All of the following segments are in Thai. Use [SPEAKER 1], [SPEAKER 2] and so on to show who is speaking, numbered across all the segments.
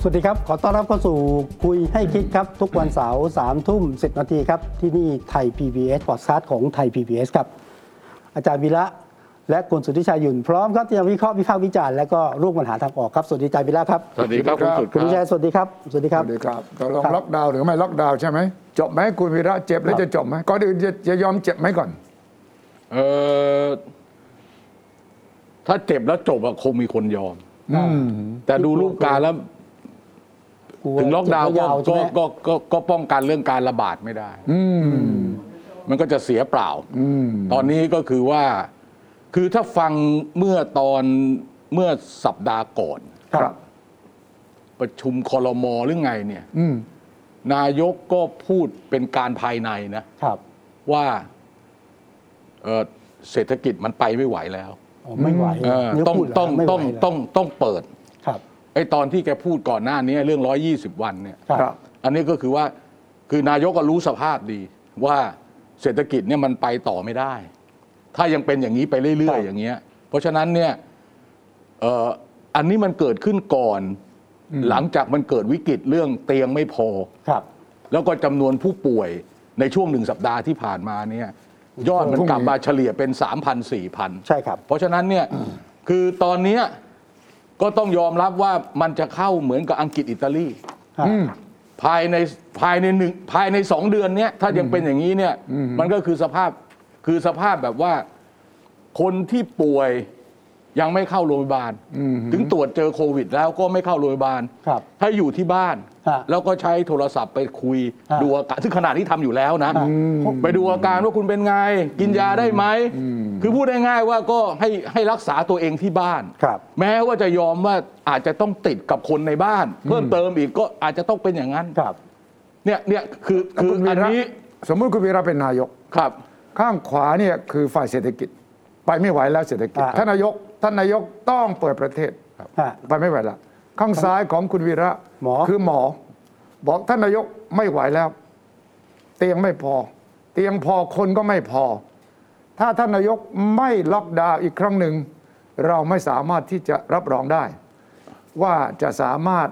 [SPEAKER 1] สวัสดีครับ ขอต้อนรับเข้าสู่คุยให้คิดครับ ทุกวันเสาร์สามทุ่มสินาทีครับ ที่นี่ไทย PBS พอดคาสต์ของไทย PBS ครับ อาจารย์วีระและคุณสุทธิชัยหยุ่นพร้อมครับที่จะวิเคราะห์วิพากษ์วิจารณ์และก็ร่วมปัญหาทางออกครับ สวัสดีอาจารย์วีระครับ
[SPEAKER 2] สวัสดีครับคุณสุด
[SPEAKER 1] คุณสุทธิชัยสวัสดีครับ สวัสดีค
[SPEAKER 2] ค
[SPEAKER 1] รั
[SPEAKER 2] รับ บสวัสดีครับตกลง
[SPEAKER 1] ครับ
[SPEAKER 2] ล็อกดาวน์หรือไม่ล็อกดาวน์ใช่ไหมจบไหมคุณวีระเจ็บแล้วจะจบไหมก่อนอื่นจะจะยอมเจ็บไหมก่อน
[SPEAKER 3] เออถ้าเจ็บแล้วจบอะคงมีคนยอม แต่ดูรูปการณ์แล้ว
[SPEAKER 1] กลั
[SPEAKER 3] ถึงล็อกดาวน์
[SPEAKER 1] จะ
[SPEAKER 3] ก็
[SPEAKER 1] ยาวใช่
[SPEAKER 3] ก็
[SPEAKER 1] ไหม
[SPEAKER 3] ก็ก็ก็ป้องกันเรื่องการระบาดไม่ได้
[SPEAKER 2] อืม
[SPEAKER 3] มันก็จะเสียเปล่า
[SPEAKER 2] อืม
[SPEAKER 3] ตอนนี้ก็คือว่า คือถ้าฟังเมื่อตอนเมื่อสัปดาห์ก่อน
[SPEAKER 1] ครับ
[SPEAKER 3] ประชุมคอรมอหรือไงเนี่ย
[SPEAKER 2] อืม
[SPEAKER 3] นายกก็พูดเป็นการภายในนะ
[SPEAKER 1] ครับ
[SPEAKER 3] ว่าเอ่อเศรษฐกิจมันไปไม่ไหวแล้ว
[SPEAKER 1] อ๋อไม่ไหว
[SPEAKER 3] เออ
[SPEAKER 1] นี่
[SPEAKER 3] ต้อง
[SPEAKER 1] พูดเหร
[SPEAKER 3] ต้อง
[SPEAKER 1] ไม่ไหว
[SPEAKER 3] ต้อง
[SPEAKER 1] เหร
[SPEAKER 3] ต้องต้องเปิด
[SPEAKER 1] ครับ
[SPEAKER 3] ไอ้ตอนที่แกพูดก่อนหน้านี้เรื่อง 120 วันเนี่ย
[SPEAKER 1] ครับ
[SPEAKER 2] ครับ
[SPEAKER 3] อันนี้ก็คือว่าคือนายกก็รู้สภาพดี ว่าเศรษฐกิจเนี่ยมันไปต่อไม่ได้ ถ้ายังเป็นอย่างนี้ไปเรื่อย
[SPEAKER 1] ครับ
[SPEAKER 3] ๆ อย่างเงี้ย เพราะฉะนั้นเนี่ยเอ่ออันนี้มันเกิดขึ้นก่อน หลังจากมันเกิดวิกฤตเรื่องเตียงไม่พอ
[SPEAKER 1] ครับ
[SPEAKER 3] แล้วก็จำนวนผู้ป่วยในช่วงหนึ่งสัปดาห์ที่ผ่านมาเนี่ยยอดมันกลับมาเฉลี่ยเป็น 3,000 4,000
[SPEAKER 1] ใช่ครับ
[SPEAKER 3] เพราะฉะนั้นเนี่ยคือตอนเนี้ยก็ต้องยอมรับว่ามันจะเข้าเหมือนกับอังกฤษอิตาลี
[SPEAKER 2] อืม
[SPEAKER 3] ภายในภายในหนึ่งภายในสองเดือนเนี้ยถ้ายังเป็นอย่างนี้เนี่ยมันก็คือสภาพคือสภาพแบบว่าคนที่ป่วยยังไม่เข้าโรงพยาบาล ถึงตรวจเจอโควิด แล้วก็ไม่เข้าโรงพยาบาล
[SPEAKER 1] ครับ
[SPEAKER 3] ถ้าอยู่ที่บ้าน
[SPEAKER 1] ฮะ
[SPEAKER 3] แล้วก็ใช้โทรศัพท์ไปคุย
[SPEAKER 1] ฮะ
[SPEAKER 3] ดูอาการซึ่งขณะที่ทำอยู่แล้วนะ
[SPEAKER 1] อ่ะ
[SPEAKER 3] ไปดูอาการว่าคุณเป็นไง กินยาได้ไหม คือพูดง่ายๆว่าก็ให้ให้รักษาตัวเองที่บ้าน
[SPEAKER 1] ครับ
[SPEAKER 3] แม้ว่าจะยอมว่าอาจจะต้องติดกับคนในบ้าน เพิ่มเติมอีกก็อาจจะต้องเป็นอย่างนั้น
[SPEAKER 1] ครับ
[SPEAKER 3] เนี่ยเนี่ยคือ
[SPEAKER 2] แล้ว
[SPEAKER 3] คือ
[SPEAKER 2] คุณวี
[SPEAKER 3] อัน
[SPEAKER 2] ระ
[SPEAKER 3] นี้
[SPEAKER 2] สมมุติคุณวีระเป็นนายก
[SPEAKER 3] ครับ
[SPEAKER 2] ข้างขวาเนี่ยคือฝ่ายเศรษฐกิจ ไปไม่ไหวแล้วเศรษฐกิจ
[SPEAKER 1] อ่า
[SPEAKER 2] ท่านนายกท่านนายกต้องเปิดประเทศ
[SPEAKER 1] ฮะ
[SPEAKER 2] ไปไม่ไหวละข้างซ้ายของคุณวีระ
[SPEAKER 1] หมอ
[SPEAKER 2] คือหมอ บอกท่านนายกไม่ไหวแล้ว เตียงไม่พอ เตียงพอคนก็ไม่พอ ถ้าท่านนายกไม่ล็อกดาวน์อีกครั้งหนึ่ง เราไม่สามารถที่จะรับรองได้ ว่าจะสามารถ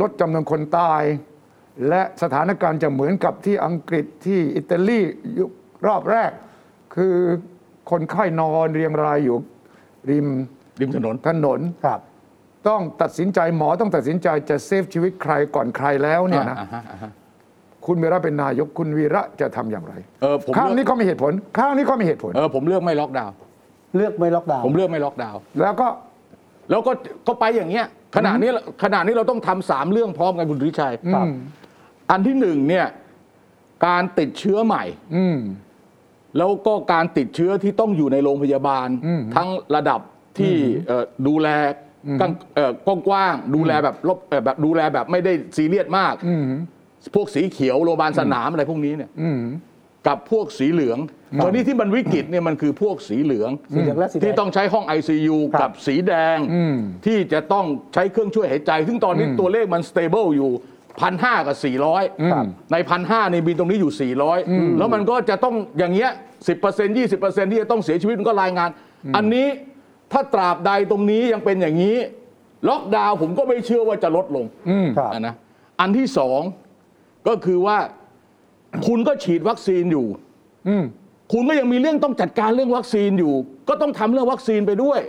[SPEAKER 2] ลดจำนวนคนตาย และสถานการณ์จะเหมือนกับที่อังกฤษที่อิตาลียุครอบแรก คือคนไข้นอนเรียงรายอยู่ริม
[SPEAKER 3] ริมถนน
[SPEAKER 2] ถนน
[SPEAKER 1] ครับ
[SPEAKER 2] ต้องตัดสินใจหมอต้องตัดสินใจจะเซฟชีวิตใครก่อนใครแล้วเนี่ยนะ
[SPEAKER 3] อ่าฮะอ่าฮะ
[SPEAKER 2] คุณวีระเป็นนายกคุณวีระจะทำอย่างไร
[SPEAKER 3] เออผม
[SPEAKER 2] ข้าง
[SPEAKER 3] เลื
[SPEAKER 2] นี้
[SPEAKER 3] อก
[SPEAKER 2] ก็มีเหตุผล ข้างนี้ก็มีเหตุผล
[SPEAKER 3] เออผมเลือกไม่ล็อกดาวน์
[SPEAKER 1] เลือกไม่ล็อกดาวน์
[SPEAKER 3] ผมเลือกไม่ล็อกดาวน์
[SPEAKER 2] แล้วก็
[SPEAKER 3] แล้วก็ก็ไปอย่างเงี้ยขณะนี้ขณะนี้เราต้องทำสามเรื่องพร้อมกันคุณธริชัย
[SPEAKER 1] ครับ
[SPEAKER 3] อันที่หนึ่งเนี่ยการติดเชื้อใหม่
[SPEAKER 2] อืม
[SPEAKER 3] แล้วก็การติดเชื้อที่ต้องอยู่ในโรงพยาบาล ทั้งระดับที่เอ่อดูแลกว้างเอ่อกว้างๆดูแลแบบลบเอ่อแบบดูแลแบบไม่ได้ซีเรียสมาก
[SPEAKER 2] อืม
[SPEAKER 3] พวกสีเขียวโรงพยาบาลสนามอะไรพวกนี้เนี่ย
[SPEAKER 2] อืม
[SPEAKER 3] กับพวกสีเหลืองตอนนี้ที่มันวิกฤตเนี่ยมันคือพวกสีเหลือง
[SPEAKER 1] สีเหลืองและสีแดง
[SPEAKER 3] ที่ต้องใช้ห้อง ICU
[SPEAKER 1] ครับ
[SPEAKER 3] กับสีแดง
[SPEAKER 2] อืม
[SPEAKER 3] ที่จะต้องใช้เครื่องช่วยหายใจ ซึ่งตอนนี้ตัวเลขมันสเตเบิลอยู่พันห้ากับ 400
[SPEAKER 1] ครับ
[SPEAKER 3] ในพันห้าในบินตรงนี้อยู่ 400 แล้วมันก็จะต้องอย่างเงี้ยสิบเปอร์เซ็นต์ยี่สิบเปอร์เซ็นต์ที่จะต้องเสียชีวิตมันก็รายงาน อันนี้ถ้าตราบใดตรงนี้ยังเป็นอย่างนี้ ล็อกดาวน์ผมก็ไม่เชื่อว่าจะลดลง
[SPEAKER 2] อืม
[SPEAKER 1] ครับ
[SPEAKER 3] อ่ะนะอันที่สองก็คือว่าคุณก็ฉีดวัคซีนอยู่
[SPEAKER 2] อืม
[SPEAKER 3] คุณก็ยังมีเรื่องต้องจัดการเรื่องวัคซีนอยู่ ก็ต้องทำเรื่องวัคซีนไปด้วย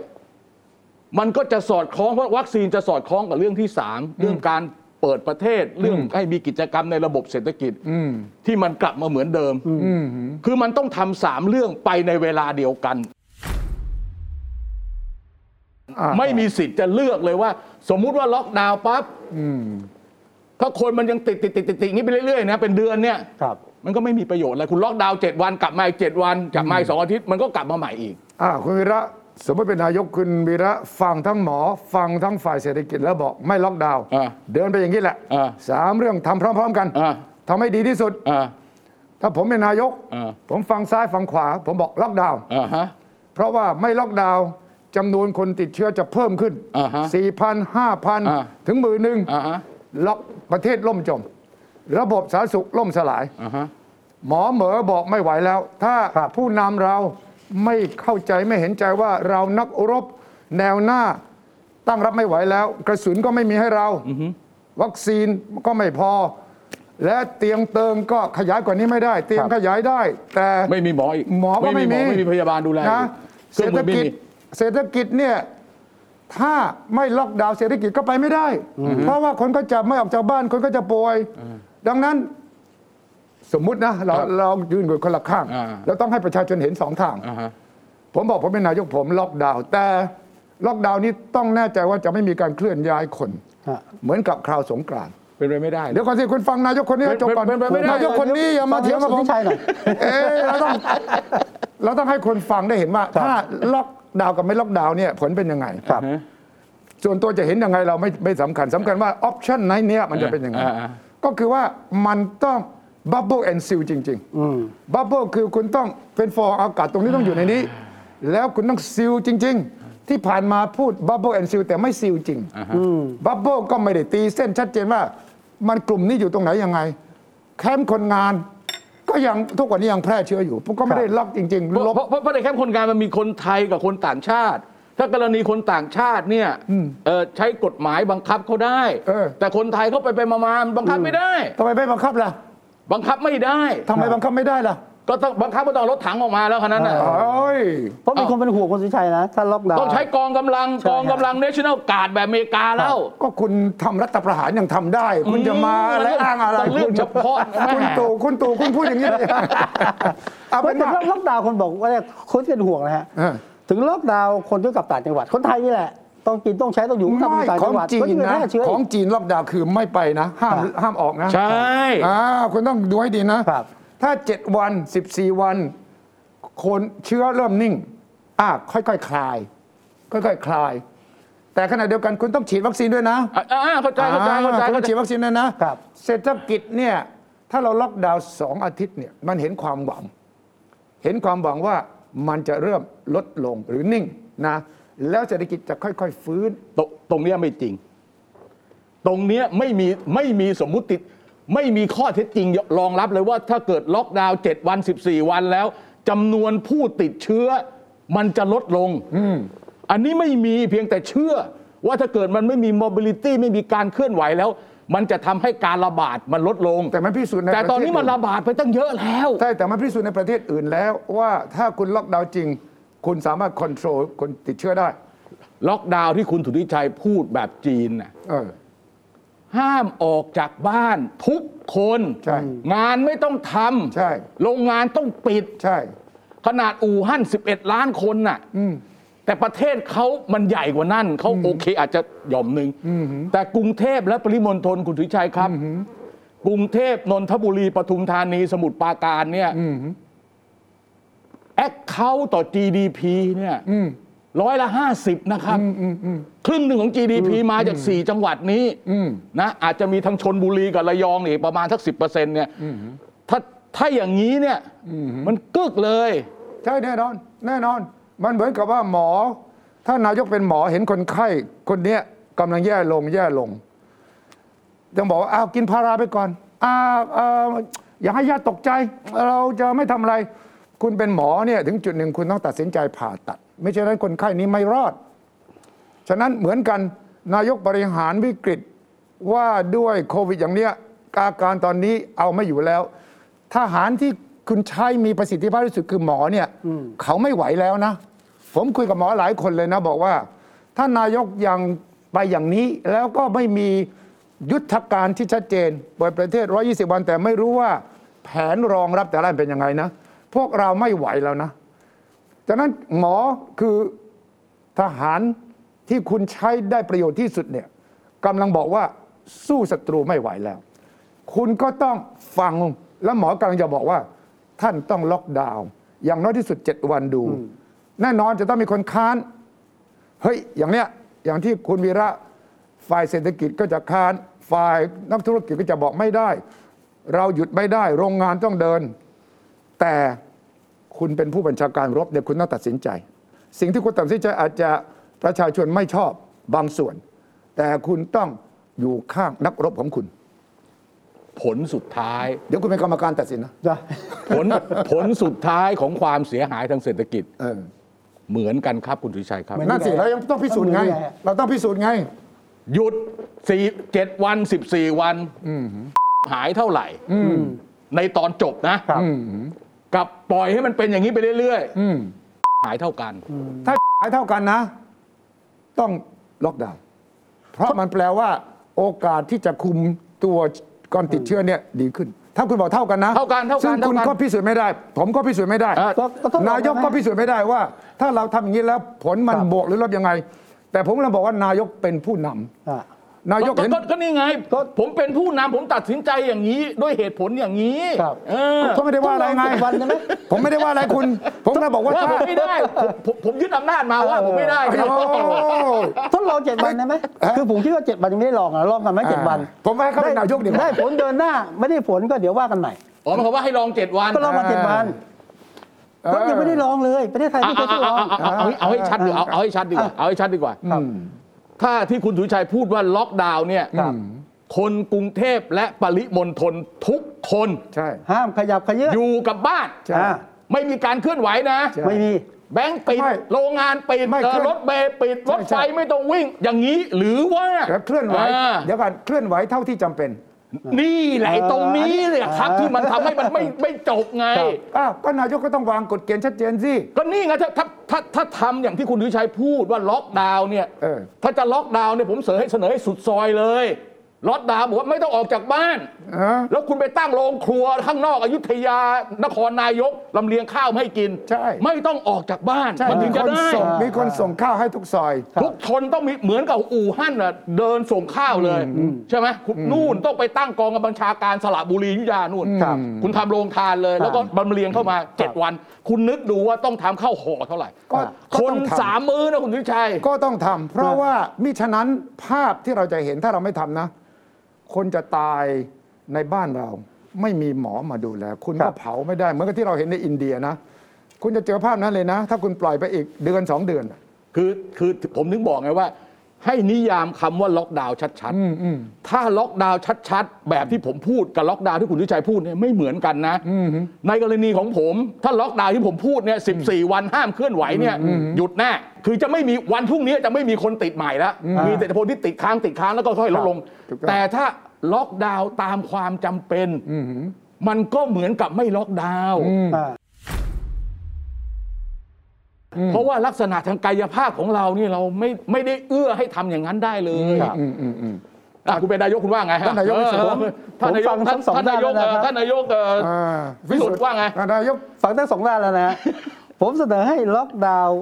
[SPEAKER 3] มันก็จะสอดคล้องเพราะวัคซีนจะสอดคล้องกับเรื่องที่สามเรื่องการเปิดประเทศ เรื่องให้มีกิจกรรมในระบบเศรษฐกิจ
[SPEAKER 2] อืม
[SPEAKER 3] ที่มันกลับมาเหมือนเดิม
[SPEAKER 2] อืม
[SPEAKER 3] คือมันต้องทำสามเรื่องไปในเวลาเดียวกัน
[SPEAKER 2] อ่า
[SPEAKER 3] ไม่มีสิทธิ์จะเลือกเลยว่า สมมุติว่าล็อกดาวน์ปั๊บถ้าคนมันยังติดติดติดติดติดอย่างนี้ไปเรื่อยๆนะเป็นเดือนเนี่ย
[SPEAKER 1] ครับ
[SPEAKER 3] มันก็ไม่มีประโยชน์อะไรคุณล็อกดาวน์เจ็ดวันกลับมาอีกเจ็ดวันกลับมาอีกสองอาทิตย์มันก็กลับมาใหม่อีก
[SPEAKER 2] อ่าคุณวีระ สมมติเป็นนายกคุณวีระฟังทั้งหมอ ฟังทั้งฝ่ายเศรษฐกิจแล้วบอกไม่ล็อกดาวน์
[SPEAKER 3] อ่า
[SPEAKER 2] เดินไปอย่างนี้แหละ
[SPEAKER 3] อ่า
[SPEAKER 2] สามเรื่องทำพร้อม ๆ กัน
[SPEAKER 3] อ่า
[SPEAKER 2] ทำให้ดีที่สุด
[SPEAKER 3] อ่า
[SPEAKER 2] ถ้าผมเป็นนายก
[SPEAKER 3] อ่า
[SPEAKER 2] ผมฟังซ้ายฟังขวา ผมบอกล็อกดาวน์
[SPEAKER 3] อ่าฮะ
[SPEAKER 2] เพราะว่าไม่ล็อกดาวน์จำนวนคนติดเชื้อจะเพิ่มขึ้น
[SPEAKER 3] อ่าฮะ
[SPEAKER 2] สี่พันห้าพัน
[SPEAKER 3] อ่า
[SPEAKER 2] ถึงหมื่นหนึ่ง
[SPEAKER 3] อ่าฮะ
[SPEAKER 2] ล็อกประเทศล่มจม ระบบสาธารณสุขล่มสลาย
[SPEAKER 3] อ่าฮะ
[SPEAKER 2] หมอเหมอบอกไม่ไหวแล้ว ถ้า
[SPEAKER 1] ครับ
[SPEAKER 2] ผู้นำเราไม่เข้าใจไม่เห็นใจว่าเรานักรบแนวหน้าตั้งรับไม่ไหวแล้ว กระสุนก็ไม่มีให้เรา วัคซีนก็ไม่พอ และเตียงเติมก็ขยายกว่านี้ไม่ได้ เตียงขยายได้ แต่
[SPEAKER 3] ไม่มีหมออีก
[SPEAKER 2] หมอก็ไม่
[SPEAKER 3] ห
[SPEAKER 2] มี
[SPEAKER 3] อไม่มีพยาบาลดูแล
[SPEAKER 2] นะ
[SPEAKER 3] เค
[SPEAKER 2] เศ
[SPEAKER 3] รื่
[SPEAKER 2] ร
[SPEAKER 3] อง
[SPEAKER 2] ษ
[SPEAKER 3] มื
[SPEAKER 2] ฐ
[SPEAKER 3] อไม่
[SPEAKER 2] กิจ
[SPEAKER 3] มี
[SPEAKER 2] เศรษฐกิจเนี่ยถ้าไม่ล็อกดาวน์เศรษฐกิจก็ไปไม่ได้ เพราะว่าคนก็จะไม่ออกจากบ้านคนก็จะป่วย ดังนั้น สมมุตินะเรา
[SPEAKER 3] ครับ
[SPEAKER 2] เรายืนกันคนละข้าง
[SPEAKER 3] อ่า
[SPEAKER 2] แล้วต้องให้ประชาชนเห็นสองทาง
[SPEAKER 3] อ่าฮะ
[SPEAKER 2] ผมบอกผมเป็นนายกผมล็อกดาวน์แต่ล็อกดาวน์นี้ต้องแน่ใจว่าจะไม่มีการเคลื่อนย้ายคน
[SPEAKER 1] ฮะ
[SPEAKER 2] เหมือนกับคราวสงกรานต์
[SPEAKER 3] เป็นไปไม่ได้
[SPEAKER 2] เดี๋ยวก่อนสิคุณฟังนายกคนนี้ให้จบก่อน
[SPEAKER 3] เป็นเป็นเป็นไม่ได้
[SPEAKER 2] นายกคนนี้อย่ามาเถียงกับผม
[SPEAKER 1] ใช่หน่อย
[SPEAKER 2] เอ้ยเราต้องเราต้องให้คนฟังได้เห็นว่า
[SPEAKER 1] ครับ
[SPEAKER 2] ถ้าล็อกดาวน์กับไม่ล็อกดาวน์เนี่ยผลเป็นยังไง
[SPEAKER 1] ครับ
[SPEAKER 2] ส่วนตัวจะเห็นยังไงเราไม่ไม่สำคัญสำคัญว่าออปชันไหนเนี่ยมันจะเป็นยังไง
[SPEAKER 3] อ่าอ่า
[SPEAKER 2] ก็คือว่ามันต้องบับเบิลแอนซิลจริงๆบับเบิลคือคุณต้องเป็นฟองอากาศตรงนี้ต้องอยู่ในนี้ แล้วคุณต้องซิลจริง ๆ ที่ผ่านมาพูดบับเบิลแอนซิลแต่ไม่ซิลจริงบับเบิลก็ไม่ได้ตีเส้นชัดเจนว่า มันกลุ่มนี้อยู่ตรงไหนยังไง แคมป์คนงาน ก็ยังทุกวันนี้ยังแพร่เชื้ออยู่ผมก็ไม่ได้ล็อกจริง
[SPEAKER 3] เพ
[SPEAKER 2] ๆล
[SPEAKER 3] ราะ
[SPEAKER 2] บ
[SPEAKER 3] เพราะเพราะเพราะในแคมป์คนงานมันมีคนไทยกับคนต่างชาติ ถ้ากรณีคนต่างชาติเนี่ยเอ่อใช้กฎหมายบังคับเขาได้
[SPEAKER 2] เออ
[SPEAKER 3] แต่คนไทยเขาไปไปมามาบังคับไม่ได้
[SPEAKER 2] ทำไมไม่บังคับล่ะ
[SPEAKER 3] บังคับไม่ได้
[SPEAKER 2] ทำไมบังคับไม่ได้ล่ะ
[SPEAKER 3] ก็ต้องบังคับก็ต้องเอารถถังออกมาแล้วคันนั้นน่ะ
[SPEAKER 2] โอ้ย
[SPEAKER 1] เพราะมีคนเป็นห่วงคุณสุชัยนะ ถ้าล็อกดาวน์
[SPEAKER 3] ต้องใช้กองกำลัง
[SPEAKER 1] ใช่
[SPEAKER 3] กองกำลังเนชั่นแนลกาดแบบอเมริกาแล้ว
[SPEAKER 2] ก็คุณทำรัฐประหารยังทำได้ คุณจะมาอะไรอ้างอะไร
[SPEAKER 3] ต้เลือก
[SPEAKER 2] คุณ
[SPEAKER 3] เฉพาะ
[SPEAKER 2] คุณ
[SPEAKER 3] แม่
[SPEAKER 2] ตู่คุณตู่คุณพูดอย่างนี้เลยเอา
[SPEAKER 1] ไม่
[SPEAKER 2] เป็น
[SPEAKER 1] แต่
[SPEAKER 2] ว่า
[SPEAKER 1] ล็อกดาวน์คนบอกว่าเนี่ยคนเป็นห่วงนะฮะ
[SPEAKER 2] เออ
[SPEAKER 1] ถึงล็อกดาวน์คนที่กลับต่างจังหวัด คนไทยนี่แหละ ต้องกินต้องใช้ต้องอยู่ต้อง
[SPEAKER 2] ไม่
[SPEAKER 1] ทำต่าง
[SPEAKER 2] ขอ
[SPEAKER 1] จั
[SPEAKER 2] ง
[SPEAKER 1] งหวัด
[SPEAKER 2] จี
[SPEAKER 1] ก็
[SPEAKER 2] น
[SPEAKER 1] ยัง
[SPEAKER 2] นะ
[SPEAKER 1] แพร่เชื้อ
[SPEAKER 2] ข
[SPEAKER 1] อี
[SPEAKER 2] อง
[SPEAKER 1] ก
[SPEAKER 2] จีนล็อกดาวน์คือไม่ไปนะ ห้าม
[SPEAKER 1] ครับ
[SPEAKER 2] ห้ามออกนะ
[SPEAKER 3] ใช่
[SPEAKER 2] อ่าคุณต้องดูให้ดีนะครับ ถ้าเจ็ดวันสิบสี่วัน คนเชื้อเริ่มนิ่ง อ่าค่อยๆคลาย ค่อยๆคลาย แต่ขณะเดียวกันคุณต้องฉีดวัคซีนด้วยนะ
[SPEAKER 3] อ่ะอ่ะเข้าใจเข้าใจเข้าใจ
[SPEAKER 2] อ่คุณ
[SPEAKER 3] เข้า
[SPEAKER 2] ต้อ
[SPEAKER 3] ใจ
[SPEAKER 2] งฉีดวัคซีนด้วยนะครับ เศรษฐกิจเนี่ยถ้าเราล็อกดาวน์สองอาทิตย์เนี่ยมันเห็นความหวัง เห็นความหวังว่ามันจะเริ่มลดลงหรือนิ่งนะแล้วเศรษฐกิจจะค่อย ๆ ฟื้น
[SPEAKER 3] ตรงตรงเนี้ยไม่จริง ตรงเนี้ยไม่มีไม่มีสมมุติไม่มีข้อเท็จจริงรองรับเลยว่าถ้าเกิดล็อกดาวน์7วัน 14 วันแล้วจำนวนผู้ติดเชื้อ มันจะลดลง อันนี้ไม่มีเพียงแต่เชื่อ ว่าถ้าเกิดมันไม่มี mobility ไม่มีการเคลื่อนไหวแล้ว มันจะทำให้การระบาดมันลดลง
[SPEAKER 2] แต่มันพิสูจน์ใน
[SPEAKER 3] แต่ตอนนี้
[SPEAKER 2] ประเทศ
[SPEAKER 3] มันระบาดไปตั้งเยอะแล้ว
[SPEAKER 2] ใช่แต่มันพิสูจน์ในประเทศอื่นแล้วว่าถ้าคุณล็อกดาวน์จริง คุณสามารถควบคุมคนติดเชื้อได้
[SPEAKER 3] ล็อกดาวน์ที่คุณถุนิชัยพูดแบบจีนน่ะ
[SPEAKER 2] เออ
[SPEAKER 3] ห้ามออกจากบ้านทุกคน
[SPEAKER 2] ใช่
[SPEAKER 3] งานไม่ต้องทำ
[SPEAKER 2] ใช่
[SPEAKER 3] โรงงานต้องปิด
[SPEAKER 2] ใช่
[SPEAKER 3] ขนาดอู่ฮั่น 11 ล้านคนน่ะแต่ประเทศเขามันใหญ่กว่านั่น เขาโอเคอาจจะหย่อมหนึ่ง แต่กรุงเทพและปริมณฑลคุณถุยชัยครับ กรุงเทพนนทบุรีปทุมธานีสมุทรปราการเนี่ยแอคเคาต่อ GDP เนี่ยร้อยละห้าสิบนะครับ ครึ่งหนึ่งของ GDP มาจาก 4 จังหวัดนี้นะอาจจะมีทั้งชนบุรีกับระยองนี่ประมาณสัก 10%เนี่ยถ้าถ้าอย่างนี้เนี่ยมันกึกเลย
[SPEAKER 2] ใช่แน่นอน แน่นอน มันเหมือนกับว่าหมอ ถ้านายกเป็นหมอเห็นคนไข้คนเนี้ยกำลังแย่ลงแย่ลงต้องบอกว่าอ้าวกินพาราไปก่อนอ้าวเอ่ออย่าให้ญาติตกใจ เราจะไม่ทำอะไร คุณเป็นหมอเนี่ยถึงจุดหนึ่งคุณต้องตัดสินใจผ่าตัด ไม่เช่นนั้นคนไข้นี้ไม่รอด ฉะนั้นเหมือนกันนายกบริหารวิกฤตว่าด้วยโควิดอย่างเนี้ยอาการตอนนี้เอาไม่อยู่แล้ว ทหารที่คุณใช้มีประสิทธิภาพที่สุดคือหมอเนี่ยเขาไม่ไหวแล้วนะ ผมคุยกับหมอหลายคนเลยนะ บอกว่า ถ้านายกยังไปอย่างนี้แล้วก็ไม่มียุทธการที่ชัดเจนเปิดประเทศ 120 วันแต่ไม่รู้ว่าแผนรองรับแต่ละอันเป็นยังไงนะ พวกเราไม่ไหวแล้วนะฉะนั้นหมอคือ ทหารที่คุณใช้ได้ประโยชน์ที่สุดเนี่ยกำลังบอกว่าสู้ศัตรูไม่ไหวแล้ว คุณก็ต้องฟังแล้วหมอกำลังจะบอกว่า ท่านต้องล็อกดาวน์อย่างน้อยที่สุด 7 วันดู แน่นอนจะต้องมีคนค้าน เฮ้ย อย่างเนี้ย อย่างที่คุณวีระ ฝ่ายเศรษฐกิจก็จะค้าน ฝ่ายนักธุรกิจก็จะบอกไม่ได้ เราหยุดไม่ได้ โรงงานต้องเดิน แต่คุณเป็นผู้บัญชาการรบเนี่ยคุณต้องตัดสินใจ สิ่งที่คุณตัดสินใจอาจจะประชาชนไม่ชอบบางส่วน แต่คุณต้องอยู่ข้างนักรบของคุณ
[SPEAKER 3] ผลสุดท้าย
[SPEAKER 2] เดี๋ยวคุณเป็นกรรมการตัดสินนะ
[SPEAKER 1] ได้
[SPEAKER 3] ผลผลสุดท้ายของความเสียหายทางเศรษฐกิจ
[SPEAKER 2] เออ
[SPEAKER 3] เหมือนกันครับคุณสุชัยครับ
[SPEAKER 1] เหมือ
[SPEAKER 2] นั่นสิเรายังต้องพิสูจน์ไง เราต้องพิสูจน์ไง
[SPEAKER 3] หยุดสี่เจ็ดวันสิบสี่วันหายเท่าไหร่ในตอนจบนะครับ กับปล่อยให้มันเป็นอย่างนี้ไปเรื่อย
[SPEAKER 2] อืม
[SPEAKER 3] ๆ หายเท่ากัน
[SPEAKER 2] ถ้าหายเท่ากันนะ ต้องล็อกดาวน์เพราะมันแปลว่าโอกาสที่จะคุมตัวก่อนติดเชื้อเนี่ยดีขึ้น ถ้าคุณบอกเท่ากันนะ
[SPEAKER 3] เท่ากันเท่ากัน
[SPEAKER 2] ซึ่งคุณ
[SPEAKER 3] เท่ากัน
[SPEAKER 2] ก็พิสูจน์ไม่ได้ ผมก็พิสูจน์ไม่ได้
[SPEAKER 3] อ่ะ
[SPEAKER 1] ก็ก็ต้อง
[SPEAKER 2] นายกก็พิสูจน์ไม่ได้ว่า ถ้าเราทำอย่างนี้แล้วผลมันบวกหรือลบยังไง แต่ผมเราบอกว่านายกเป็นผู้นำ
[SPEAKER 1] อ่ะ
[SPEAKER 2] นายก
[SPEAKER 3] ก็
[SPEAKER 2] เห็น
[SPEAKER 3] ก็ก็นี่ไง
[SPEAKER 1] ก็
[SPEAKER 3] ผมเป็นผู้นำผมตัดสินใจอย่างนี้ ด้วยเหตุผลอย่างนี้
[SPEAKER 1] ครับ
[SPEAKER 3] เออ
[SPEAKER 2] ผมไม่ได้ว่าอะไรไง
[SPEAKER 1] ต้องลองสิบวันได้ไหม
[SPEAKER 2] ผมไม่ได้ว่าอะไรคุณ ผมเราบอกว่า
[SPEAKER 3] ว่า
[SPEAKER 2] ถ้า
[SPEAKER 3] ผมไม่ได้ผมผมผมยึดอำนาจมาว่าผมไม่ได้
[SPEAKER 2] โอ้
[SPEAKER 3] ครับ
[SPEAKER 2] ย
[SPEAKER 1] ทดลองเจ็ดวันได้ไหม
[SPEAKER 2] ฮะ
[SPEAKER 1] คือผมคิดว่าเจ็ดวันยังไม่ได้ลองอ่ะลองกันไหมเจ็ด
[SPEAKER 2] อ่า
[SPEAKER 1] วัน
[SPEAKER 2] ผมให้เขาเป็น
[SPEAKER 1] ได้
[SPEAKER 2] นายกดีกว่า
[SPEAKER 1] ได้ผลเดินหน้าไม่ได้ผลก็เดี๋ยวว่ากันใหม่
[SPEAKER 3] อ๋อหมายความว่าให้ลองเจ็ดวัน
[SPEAKER 1] ก็ลองมาเจ็ดวัน
[SPEAKER 2] เออ
[SPEAKER 1] ก็ยังไม่ได้ลองเลยประเทศไทย
[SPEAKER 3] อ่ะ
[SPEAKER 1] ไม่เคยทด
[SPEAKER 3] อ่ะอ่ะ
[SPEAKER 1] ลอง
[SPEAKER 3] อ่ะอ่ะอ่ะเอาให้เอาให้ชัดดีกว่าเอาให้ชัดดีกว่าเอาให้ชัดดีกว่า
[SPEAKER 2] อืม
[SPEAKER 3] ถ้าที่คุณสุชัยพูดว่าล็อกดาวน์เนี่ย
[SPEAKER 1] ครับ
[SPEAKER 3] คนกรุงเทพและปริมณฑลทุกคน
[SPEAKER 2] ใช่
[SPEAKER 1] ห้ามขยับขยื่น
[SPEAKER 3] อยู่กับบ้าน
[SPEAKER 2] ใช่
[SPEAKER 1] อ่ะ
[SPEAKER 3] ไม่มีการเคลื่อนไหวนะ
[SPEAKER 2] ใช่
[SPEAKER 1] ไม่มี
[SPEAKER 3] แบงก์ปิด
[SPEAKER 2] ไม่
[SPEAKER 3] โรงงานปิด
[SPEAKER 2] ไม่
[SPEAKER 3] เอ่
[SPEAKER 2] เคลื่
[SPEAKER 3] อ
[SPEAKER 2] อน
[SPEAKER 3] รถเมล์ปิด รถไฟ
[SPEAKER 2] ใช่ใช่
[SPEAKER 3] ไม่ต้องวิ่ง อย่างนี้หรือว่า
[SPEAKER 2] แล้วเคลื่อนไหว
[SPEAKER 3] า
[SPEAKER 2] เดี๋ยวก่อนเคลื่อนไหวเท่าที่จำเป็น
[SPEAKER 3] นี่แหละไอ้ตรงนี้
[SPEAKER 1] เออ
[SPEAKER 3] เนี่ยครับ
[SPEAKER 1] เออ
[SPEAKER 3] ที่มันทำให้มันไม่ไม่จบไง
[SPEAKER 1] ครับ
[SPEAKER 2] อ้าวก็นายกก็ต้องวางกฎเกณฑ์ชัดเจนสิ
[SPEAKER 3] ก็นี่ไงถ้าถ้าถ้าถ้าทำอย่างที่คุณดุชัยพูดว่าล็อกดาวน์เนี่ย
[SPEAKER 2] เออ
[SPEAKER 3] ถ้าจะล็อกดาวน์เนี่ยผมเสนอให้เสนอให้สุดซอยเลยล็อกดาวน์บอกว่าไม่ต้องออกจากบ้าน
[SPEAKER 2] เออ
[SPEAKER 3] แล้วคุณไปตั้งโรงครัวข้างนอกอยุธยา นครนายกลำเลียงข้าวมาให้กิน
[SPEAKER 2] ใช่
[SPEAKER 3] ไม่ต้องออกจากบ้าน
[SPEAKER 2] ใช่
[SPEAKER 3] มันถึ
[SPEAKER 2] มี
[SPEAKER 3] ง
[SPEAKER 2] ค
[SPEAKER 3] จะ
[SPEAKER 2] น
[SPEAKER 3] ได้
[SPEAKER 2] ส่งมีคนส่งข้าวให้ทุกซอย
[SPEAKER 3] ทุกชนต้องมีเหมือนกับอู่ฮั่นน่ะเดินส่งข้าวเลย ใช่ไหมคุณนู่นต้องไปตั้งกองกำบัญชาการสระบุรีอยุธยานู่น
[SPEAKER 1] ครับ
[SPEAKER 3] คุณทำโรงทานเลย แล้วก็บำเลียงเข้ามาเจ็ด
[SPEAKER 1] ครับ
[SPEAKER 3] วัน คุณนึกดูว่าต้องทำข้าวห่อเท่าไหร่
[SPEAKER 2] ก็ก็
[SPEAKER 3] คน
[SPEAKER 2] ต้องทำ
[SPEAKER 3] สามมื้อนะคุณวิชัย
[SPEAKER 2] ก็ต้องทำเพราะว่ามิฉะนั้นภาพที่เราจะเห็นถ้าเราไม่ทำนะ คนจะตายในบ้านเรา ไม่มีหมอมาดูแล คุณ
[SPEAKER 1] ครั
[SPEAKER 2] ก็
[SPEAKER 1] บ
[SPEAKER 2] เผาไม่ได้ เหมือนกับที่เราเห็นในอินเดียนะ คุณจะเจอภาพนั้นเลยนะ ถ้าคุณปล่อยไปอีกเดือนสองเดือน
[SPEAKER 3] คือคือผมถึงบอกไงว่า ให้นิยามคำว่าล็อกดาวน์ชัดๆ ถ้าล็อกดาวน์ชัดๆ แบบที่ผมพูดกับล็อกดาวน์ที่คุณวิชัยพูดเนี่ยไม่เหมือนกันนะ ในกรณีของผม ถ้าล็อกดาวน์ที่ผมพูดเนี่ย14 วันห้ามเคลื่อนไหวเนี่ยหยุดแน่คือจะไม่มีวันพรุ่งนี้จะไม่มีคนติดใหม่แล้วมีแต่คนที่ติดค้างติดค้างแล้วก็ค่อยลดลง
[SPEAKER 2] ถูกต้อง
[SPEAKER 3] แต่ถ้าล็อกดาวน์ตามความจำเป็นมันก็เหมือนกับไม่ล็อกดาวน์
[SPEAKER 1] อ่ะ
[SPEAKER 3] เพราะว่าลักษณะทางกายภาพของเรานี่เราไม่ไม่ได้เอื้อให้ทำอย่างนั้นได้เลย
[SPEAKER 1] ครับ
[SPEAKER 2] อืมอืมอืม
[SPEAKER 3] อ่ะคุณเป็นนายกคุณว่าไงฮะ
[SPEAKER 2] ท่านนายก
[SPEAKER 3] เออ
[SPEAKER 2] วิสุทธิ์ผม
[SPEAKER 3] ท่านนาย
[SPEAKER 1] ผมฟัง
[SPEAKER 3] ก
[SPEAKER 1] ทั้
[SPEAKER 3] ท่าน
[SPEAKER 1] งสอง
[SPEAKER 3] ท่านนายก
[SPEAKER 1] ด้านนะครับ
[SPEAKER 3] เอ่อท่านนายกเอ่อ
[SPEAKER 2] อ่า
[SPEAKER 3] วิสุทธิ์ว่าไง
[SPEAKER 2] นายก
[SPEAKER 1] ฟังทั้งสองด้านแล้ว นะ ผมเสนอให้ล็อกดาวน์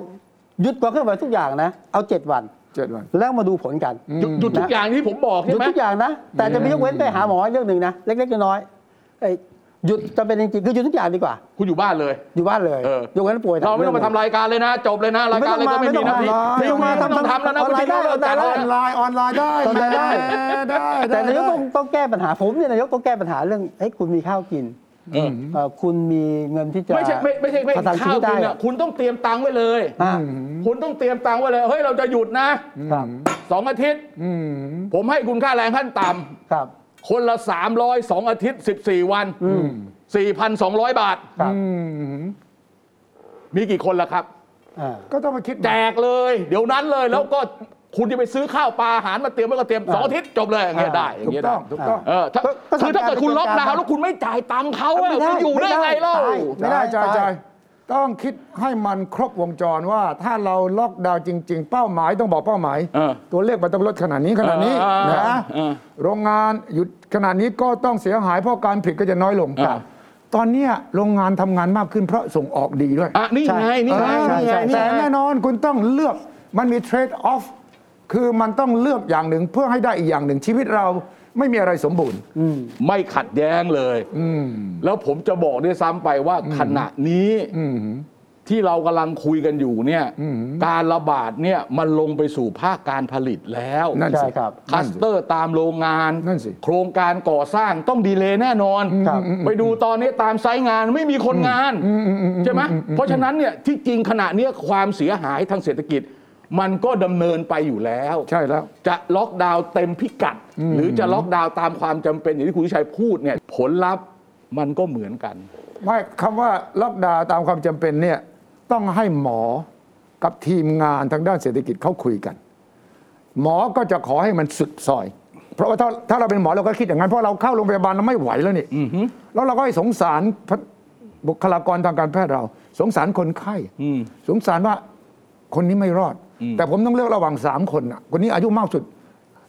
[SPEAKER 1] หยุดความเคลื่อนไหวทุกอย่างนะ เอาเจ็ดวัน
[SPEAKER 2] เจ็ดวัน
[SPEAKER 1] แล้วมาดูผลกัน
[SPEAKER 3] หยุดหยุดทุก
[SPEAKER 1] นะ
[SPEAKER 3] อย่างที่ผมบอก
[SPEAKER 1] ห
[SPEAKER 3] ใช่
[SPEAKER 1] ยุด
[SPEAKER 3] ไหม
[SPEAKER 1] ทุกอย่างนะ แต่จะมียกเว้นไปหาหมอเรื่องหนึ่งนะ เล็กๆน้อยๆเอ้ยหยุดจะเป็นจริงๆคือหยุดทุกอย่างดีกว่า
[SPEAKER 3] คุณอยู่บ้านเลย
[SPEAKER 1] อยู่บ้านเลย
[SPEAKER 3] เออ
[SPEAKER 1] ยกเว้นป่วย
[SPEAKER 3] เราไม่ต้องมาทำรายการเลยนะ จบเลยนะรายการอะไรก็ไม่มีหนะพี่ทีวี
[SPEAKER 2] ไม่ต้องมา
[SPEAKER 3] ไม่ต้องทำแล้วนะ
[SPEAKER 1] ออน
[SPEAKER 3] วิ
[SPEAKER 1] ไล
[SPEAKER 3] ท
[SPEAKER 1] น์
[SPEAKER 3] ยุ
[SPEAKER 1] ได้อ
[SPEAKER 3] เรา
[SPEAKER 1] อนไลน์
[SPEAKER 3] จัดเล
[SPEAKER 1] ได้
[SPEAKER 3] ย
[SPEAKER 2] ออนไลน์ออนไลน์ได้
[SPEAKER 1] ออนไลน์ได้
[SPEAKER 2] ได้ ได้
[SPEAKER 1] แต่นายก
[SPEAKER 2] ได้
[SPEAKER 1] ต้องต้องแก้ปัญหาผมเนี่ยนายกต้องแก้ปัญหาเรื่องเฮ้ยคุณมีข้าวกิน
[SPEAKER 3] เออ
[SPEAKER 1] เอ่อคุณมีเงินที่จะ
[SPEAKER 3] ไม่ใช่ไม่ไม่ใช่ไม่
[SPEAKER 1] ประทังชี
[SPEAKER 3] ข้าว
[SPEAKER 1] วิตได้
[SPEAKER 3] คุณ
[SPEAKER 1] อะ
[SPEAKER 3] อ่ะคุณต้องเตรียมตังค์ไว้เลย
[SPEAKER 1] อ่ะ
[SPEAKER 3] คุณต้องเตรียมตังค์ไว้เลยเฮ้ยเราจะหยุดนะครับ สองอาทิตย์
[SPEAKER 2] อืม
[SPEAKER 3] ผมให้คุณค่าแรงขั้นต่ำ
[SPEAKER 1] ครับ
[SPEAKER 3] คนละ 300 2อาทิตย์ 14 วัน 4,200 บาท
[SPEAKER 1] ครับ
[SPEAKER 2] อืม
[SPEAKER 3] มีกี่คนละครับ
[SPEAKER 1] อ่า
[SPEAKER 2] ก็ต้องมาคิด
[SPEAKER 3] แจกเลย เดี๋ยวนั้นเลยแล้วก็คุณจะไปซื้อข้าวปลาอาหารมาเตรียมไว้ก็เตรียมสองอาทิตย์จบเลยอย่างเงี้ย
[SPEAKER 1] อ่า
[SPEAKER 3] ได้อย่า
[SPEAKER 2] ถู
[SPEAKER 3] ง
[SPEAKER 2] ก
[SPEAKER 3] เงี้ย
[SPEAKER 2] ต้
[SPEAKER 3] ได้
[SPEAKER 2] องถูกต้อง
[SPEAKER 3] เออถ้า
[SPEAKER 1] ก็ก็
[SPEAKER 3] คือถ้าเกิดคุณล็อกดาวน์แล้วคุณไม่จ่ายตังค์เขาอะ
[SPEAKER 1] ไม่ได้
[SPEAKER 3] คุณอยู่ได้
[SPEAKER 1] ไม่ได้
[SPEAKER 3] ไงเล่า
[SPEAKER 1] ตาย ไม่
[SPEAKER 2] ไม่
[SPEAKER 1] ได้
[SPEAKER 2] ได้ใจ
[SPEAKER 1] ตาย
[SPEAKER 2] ใจต้องคิดให้มันครบวงจรว่าถ้าเราล็อกดาวน์จริง ๆ เป้าหมายต้องบอกเป้าหมาย
[SPEAKER 3] เออ
[SPEAKER 2] ตัวเลขมันต้องลดขนาดนี้ขนาดนี้
[SPEAKER 3] เออ
[SPEAKER 2] นะ
[SPEAKER 3] เออ
[SPEAKER 2] โรงงานหยุดขนาดนี้ก็ต้องเสียหายเพราะการผลิตก็จะน้อยลง
[SPEAKER 3] เออ
[SPEAKER 2] ตอนเนี้ยโรงงานทำงานมากขึ้นเพราะส่งออกดีด้วย
[SPEAKER 3] อ่ะนี่ไง นี่ไง
[SPEAKER 2] ใช่
[SPEAKER 3] นี่ไง
[SPEAKER 2] ใช่
[SPEAKER 3] นี่
[SPEAKER 2] แต่
[SPEAKER 3] ไง
[SPEAKER 2] แน่นอนคุณต้องเลือกมันมีเทรดออฟคือมันต้องเลือกอย่างหนึ่งเพื่อให้ได้อีกอย่างหนึ่งชีวิตเราไม่มีอะไรสมบูรณ์
[SPEAKER 3] ไม่ขัดแย้งเลย แล้วผมจะบอกด้วยซ้ำไปว่าขณะนี้ ที่เรากำลังคุยกันอยู่เนี่ย
[SPEAKER 2] อืม
[SPEAKER 3] การระบาดเนี่ยมันลงไปสู่ภาคการผลิตแล้ว
[SPEAKER 2] นั่น
[SPEAKER 1] ใช่
[SPEAKER 2] สิ
[SPEAKER 1] ครับ
[SPEAKER 3] คลัสเตอร์ตามโรงงาน
[SPEAKER 2] นั่นสิ
[SPEAKER 3] โครงการก่อสร้างต้องดีเลย์แน่นอน
[SPEAKER 1] ครับอืม
[SPEAKER 3] ไปดูตอนนี้ตามไซต์งานไม่มีคนงาน ใช่ไหมเพราะฉะนั้นเนี่ยที่จริงขณะเนี้ยความเสียหายทางเศรษฐกิจ มันก็ดำเนินไปอยู่แล้ว
[SPEAKER 2] ใช่แล้ว
[SPEAKER 3] จะล็อกดาวน์เต็มพิกัด หรือจะล็อกดาวน์ตามความจำเป็นอย่างที่คุณวิชัยพูดเนี่ยผลลัพธ์มันก็เหมือนกัน
[SPEAKER 2] ไม่คำว่าล็อกดาวน์ตามความจำเป็นเนี่ยต้องให้หมอกับทีมงานทางด้านเศรษฐกิจเขาคุยกัน หมอก็จะขอให้มันสุดซอย เพราะว่าถ้าถ้าเราเป็นหมอเราก็คิดอย่างนั้นเพราะเราเข้าโรงพยาบาลเราไม่ไหวแล้วนี่แล้วเราก็ให้สงสารพะบุคลากรทางการแพทย์เรา สงสารคนไข้
[SPEAKER 3] อืม
[SPEAKER 2] สงสารว่าคนนี้ไม่รอด แต่ผมต้องเลือกระหว่างสามคนน่ะคนนี้อายุมากสุด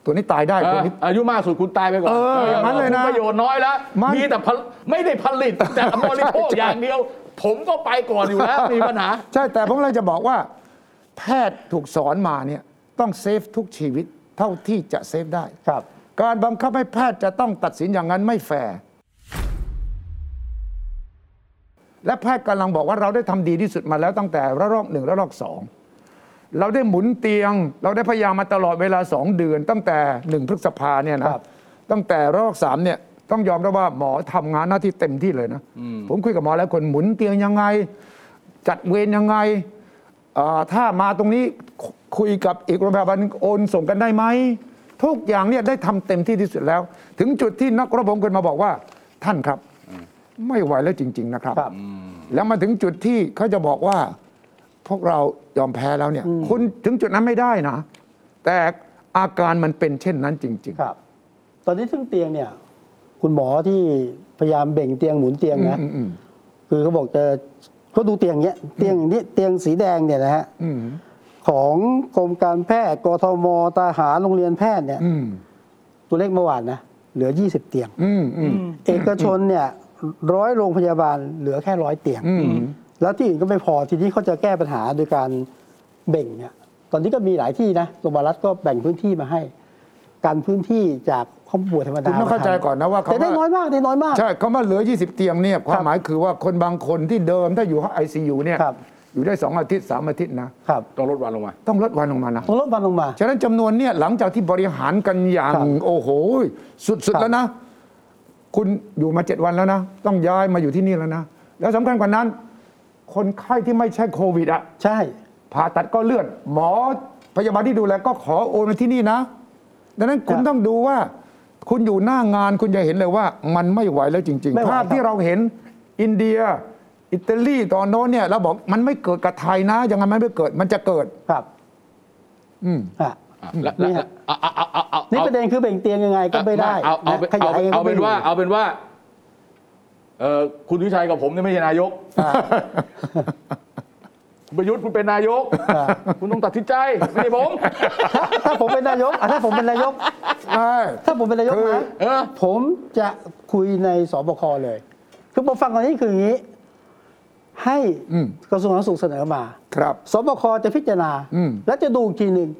[SPEAKER 2] ตัวนี้ตายได้
[SPEAKER 3] เอ
[SPEAKER 2] ค
[SPEAKER 3] อ
[SPEAKER 2] นนี้
[SPEAKER 3] อายุมากสุดคุณตายไปก่อน
[SPEAKER 2] เอออย่างนั้นเลยนะ
[SPEAKER 3] ผประโยชน์น้อยแล้ว
[SPEAKER 2] มัน
[SPEAKER 3] มีแต่ผลไม่ได้ผลิตแต่บริโภคอย่างเดียว ผมก็ไปก่อนอยู่แล้วมีปัญหา
[SPEAKER 2] ใช่แต่ผมเลยจะบอกว่า แพทย์ถูกสอนมาเนี่ยต้องเซฟทุกชีวิตเท่าที่จะเซฟได้
[SPEAKER 1] ครับ
[SPEAKER 2] การบังคับให้แพทย์จะต้องตัดสินอย่างนั้นไม่แฟร์และแพทย์กำลังบอกว่าเราได้ทำดีที่สุดมาแล้วตั้งแต่ระลอกหนึ่งระลอกสองเราได้หมุนเตียง เราได้พยายามมาตลอดเวลาสองเดือน ตั้งแต่หนึ่งพฤษภาเนี่ยนะครับ ตั้งแต่ระลอกสามเนี่ยต้องยอมรับว่าหมอทำงานหน้าที่เต็มที่เลยนะผมคุยกับหมอหลายคนหมุนเตียงยังไง จัดเวรยังไงเอ่อถ้ามาตรงนี้คุคุยกับอีกโรงพยาบาลหนึ่งโอนส่งกันได้ไหม ทุกอย่างเนี่ยได้ทำเต็มที่ที่สุดแล้ว ถึงจุดที่นักระบงคนมาบอกว่า ท่านครับ ไม่ไหวแล้วจริง ๆ นะครับ
[SPEAKER 1] ครับ
[SPEAKER 2] แล้วมาถึงจุดที่เขาจะบอกว่า พวกเรายอมแพ้แล้วเนี่ย คุณถึงจุดนั้นไม่ได้นะ แต่อาการมันเป็นเช่นนั้นจริง
[SPEAKER 1] ครับ ตอนนี้ซึ่งเตียงเนี่ย คุณหมอที่พยายามเบ่งเตียงหมุนเตียงนะคือเขาบอกจะเขาดูเตียงเนี้ยเตียงอย่างนี้เตียงสีแดงเนี่ยนะฮะ
[SPEAKER 2] ๆ อืม
[SPEAKER 1] ของกรมการแพทย์กทมทหารโรงเรียนแพทย์เนี่ย
[SPEAKER 2] อืม
[SPEAKER 1] ตัวเลขเมื่อวานนะเหลือ 20 เตียง
[SPEAKER 2] อืมอืม
[SPEAKER 1] เอกชนเนี่ยร้อยโรงพยาบาลเหลือแค่ร้อยเตียง
[SPEAKER 2] อืม
[SPEAKER 1] แล้วที่อื่นก็ไม่พอทีนี้เขาจะแก้ปัญหาโดยการเบ่งเนี่ยตอนนี้ก็มีหลายที่นะโรงพยาบาลรัฐก็แบ่งพื้นที่มาให้ การพื้นที่จากข้อมูลธรรมดา
[SPEAKER 2] คุณต้องเข้าใจก่อนนะว่า
[SPEAKER 1] แต่
[SPEAKER 2] คำ
[SPEAKER 1] ได้น้อ
[SPEAKER 2] ว่าย
[SPEAKER 1] มากได้น้อยมาก
[SPEAKER 2] ใช่คำว่าเหลือ 20 เตียงเนี่ยควา
[SPEAKER 1] ค
[SPEAKER 2] ม
[SPEAKER 1] รับ
[SPEAKER 2] หมายคือว่าคนบางคนที่เดิมถ้าอยู่ห้องไอซียูเนี่ย
[SPEAKER 1] ครับ
[SPEAKER 2] อยู่ได้สองอาทิตย์สามอาทิตย์นะ
[SPEAKER 1] ครับ
[SPEAKER 3] ต้องลดวันลงมา
[SPEAKER 2] ต้องลดวันลงมานะ
[SPEAKER 1] ต้องลดวันลงมา
[SPEAKER 2] ฉะนั้นจำนวนเนี่ยหลังจากที่บริหารกันอย่าง
[SPEAKER 1] ครับ
[SPEAKER 2] โอ้โห สุด
[SPEAKER 1] ครั
[SPEAKER 2] ๆ
[SPEAKER 1] บ
[SPEAKER 2] แล้วนะ คุณอยู่มาเจ็ดวันแล้วนะ ต้องย้ายมาอยู่ที่นี่แล้วนะ แล้วสำคัญกว่านั้น คนไข้ที่ไม่ใช่โควิดอะ
[SPEAKER 1] ใช่
[SPEAKER 2] ผ่าตัดก็เลื่อน หมอพยาบาลที่ดูแลก็ขอโอนมาที่นี่นะ ดังนั้นคุณ
[SPEAKER 1] ครับ
[SPEAKER 2] ต้องดูว่า คุณอยู่หน้างานคุณจะเห็นเลยว่า มันไม่ไหวแล้วจริง
[SPEAKER 1] ไม่ไหว
[SPEAKER 2] ๆภา
[SPEAKER 1] ค
[SPEAKER 2] พ
[SPEAKER 1] รับ
[SPEAKER 2] ที่เราเห็นอินเดีย อิตาลีตอนโน้นเนี่ยเราบอกมันไม่เกิดกับไทยนะยังไงมันไม่เกิดมันจะเกิด
[SPEAKER 1] ครับ
[SPEAKER 2] อืม
[SPEAKER 1] อ่ะ
[SPEAKER 3] อ่ะและและ
[SPEAKER 1] เนี่ย
[SPEAKER 3] และเอาเอาเอาเอาเอา
[SPEAKER 1] นี่ประเด็นคือเบ่งเตียงยังไงก็ไม่ได้
[SPEAKER 3] เอาเอา
[SPEAKER 1] นะขยายยังไง
[SPEAKER 3] เอา
[SPEAKER 1] ก็
[SPEAKER 3] เป็
[SPEAKER 1] ไม่
[SPEAKER 3] นว่า
[SPEAKER 1] อยู่
[SPEAKER 3] เอาเป็นว่าเอ่อคุณวิชัยกับผมเนี่ยไม่ใช่นายกคุณประยุทธ์คุณเป็นนายก
[SPEAKER 1] อ่า
[SPEAKER 3] คุณต้องตัดสินใจไม่ใช่ผม
[SPEAKER 1] ถ้าถ้าผมเป็นนายกอ่ะถ้าผมเป็นนายก
[SPEAKER 2] ใช่
[SPEAKER 1] ถ้าผมเป็นนายก
[SPEAKER 2] คือ
[SPEAKER 1] นะ
[SPEAKER 3] เออ
[SPEAKER 1] ผมจะคุยในสบคเลย คือผมฟังตอนนี้คืออย่างนี้ ให้
[SPEAKER 2] อืม
[SPEAKER 1] กระทรวงสาธารณสุขเสนอมา
[SPEAKER 2] ครับ
[SPEAKER 1] สบคจะพิจารณา
[SPEAKER 2] อืม
[SPEAKER 1] และจะดูอีกทีหนึ่ง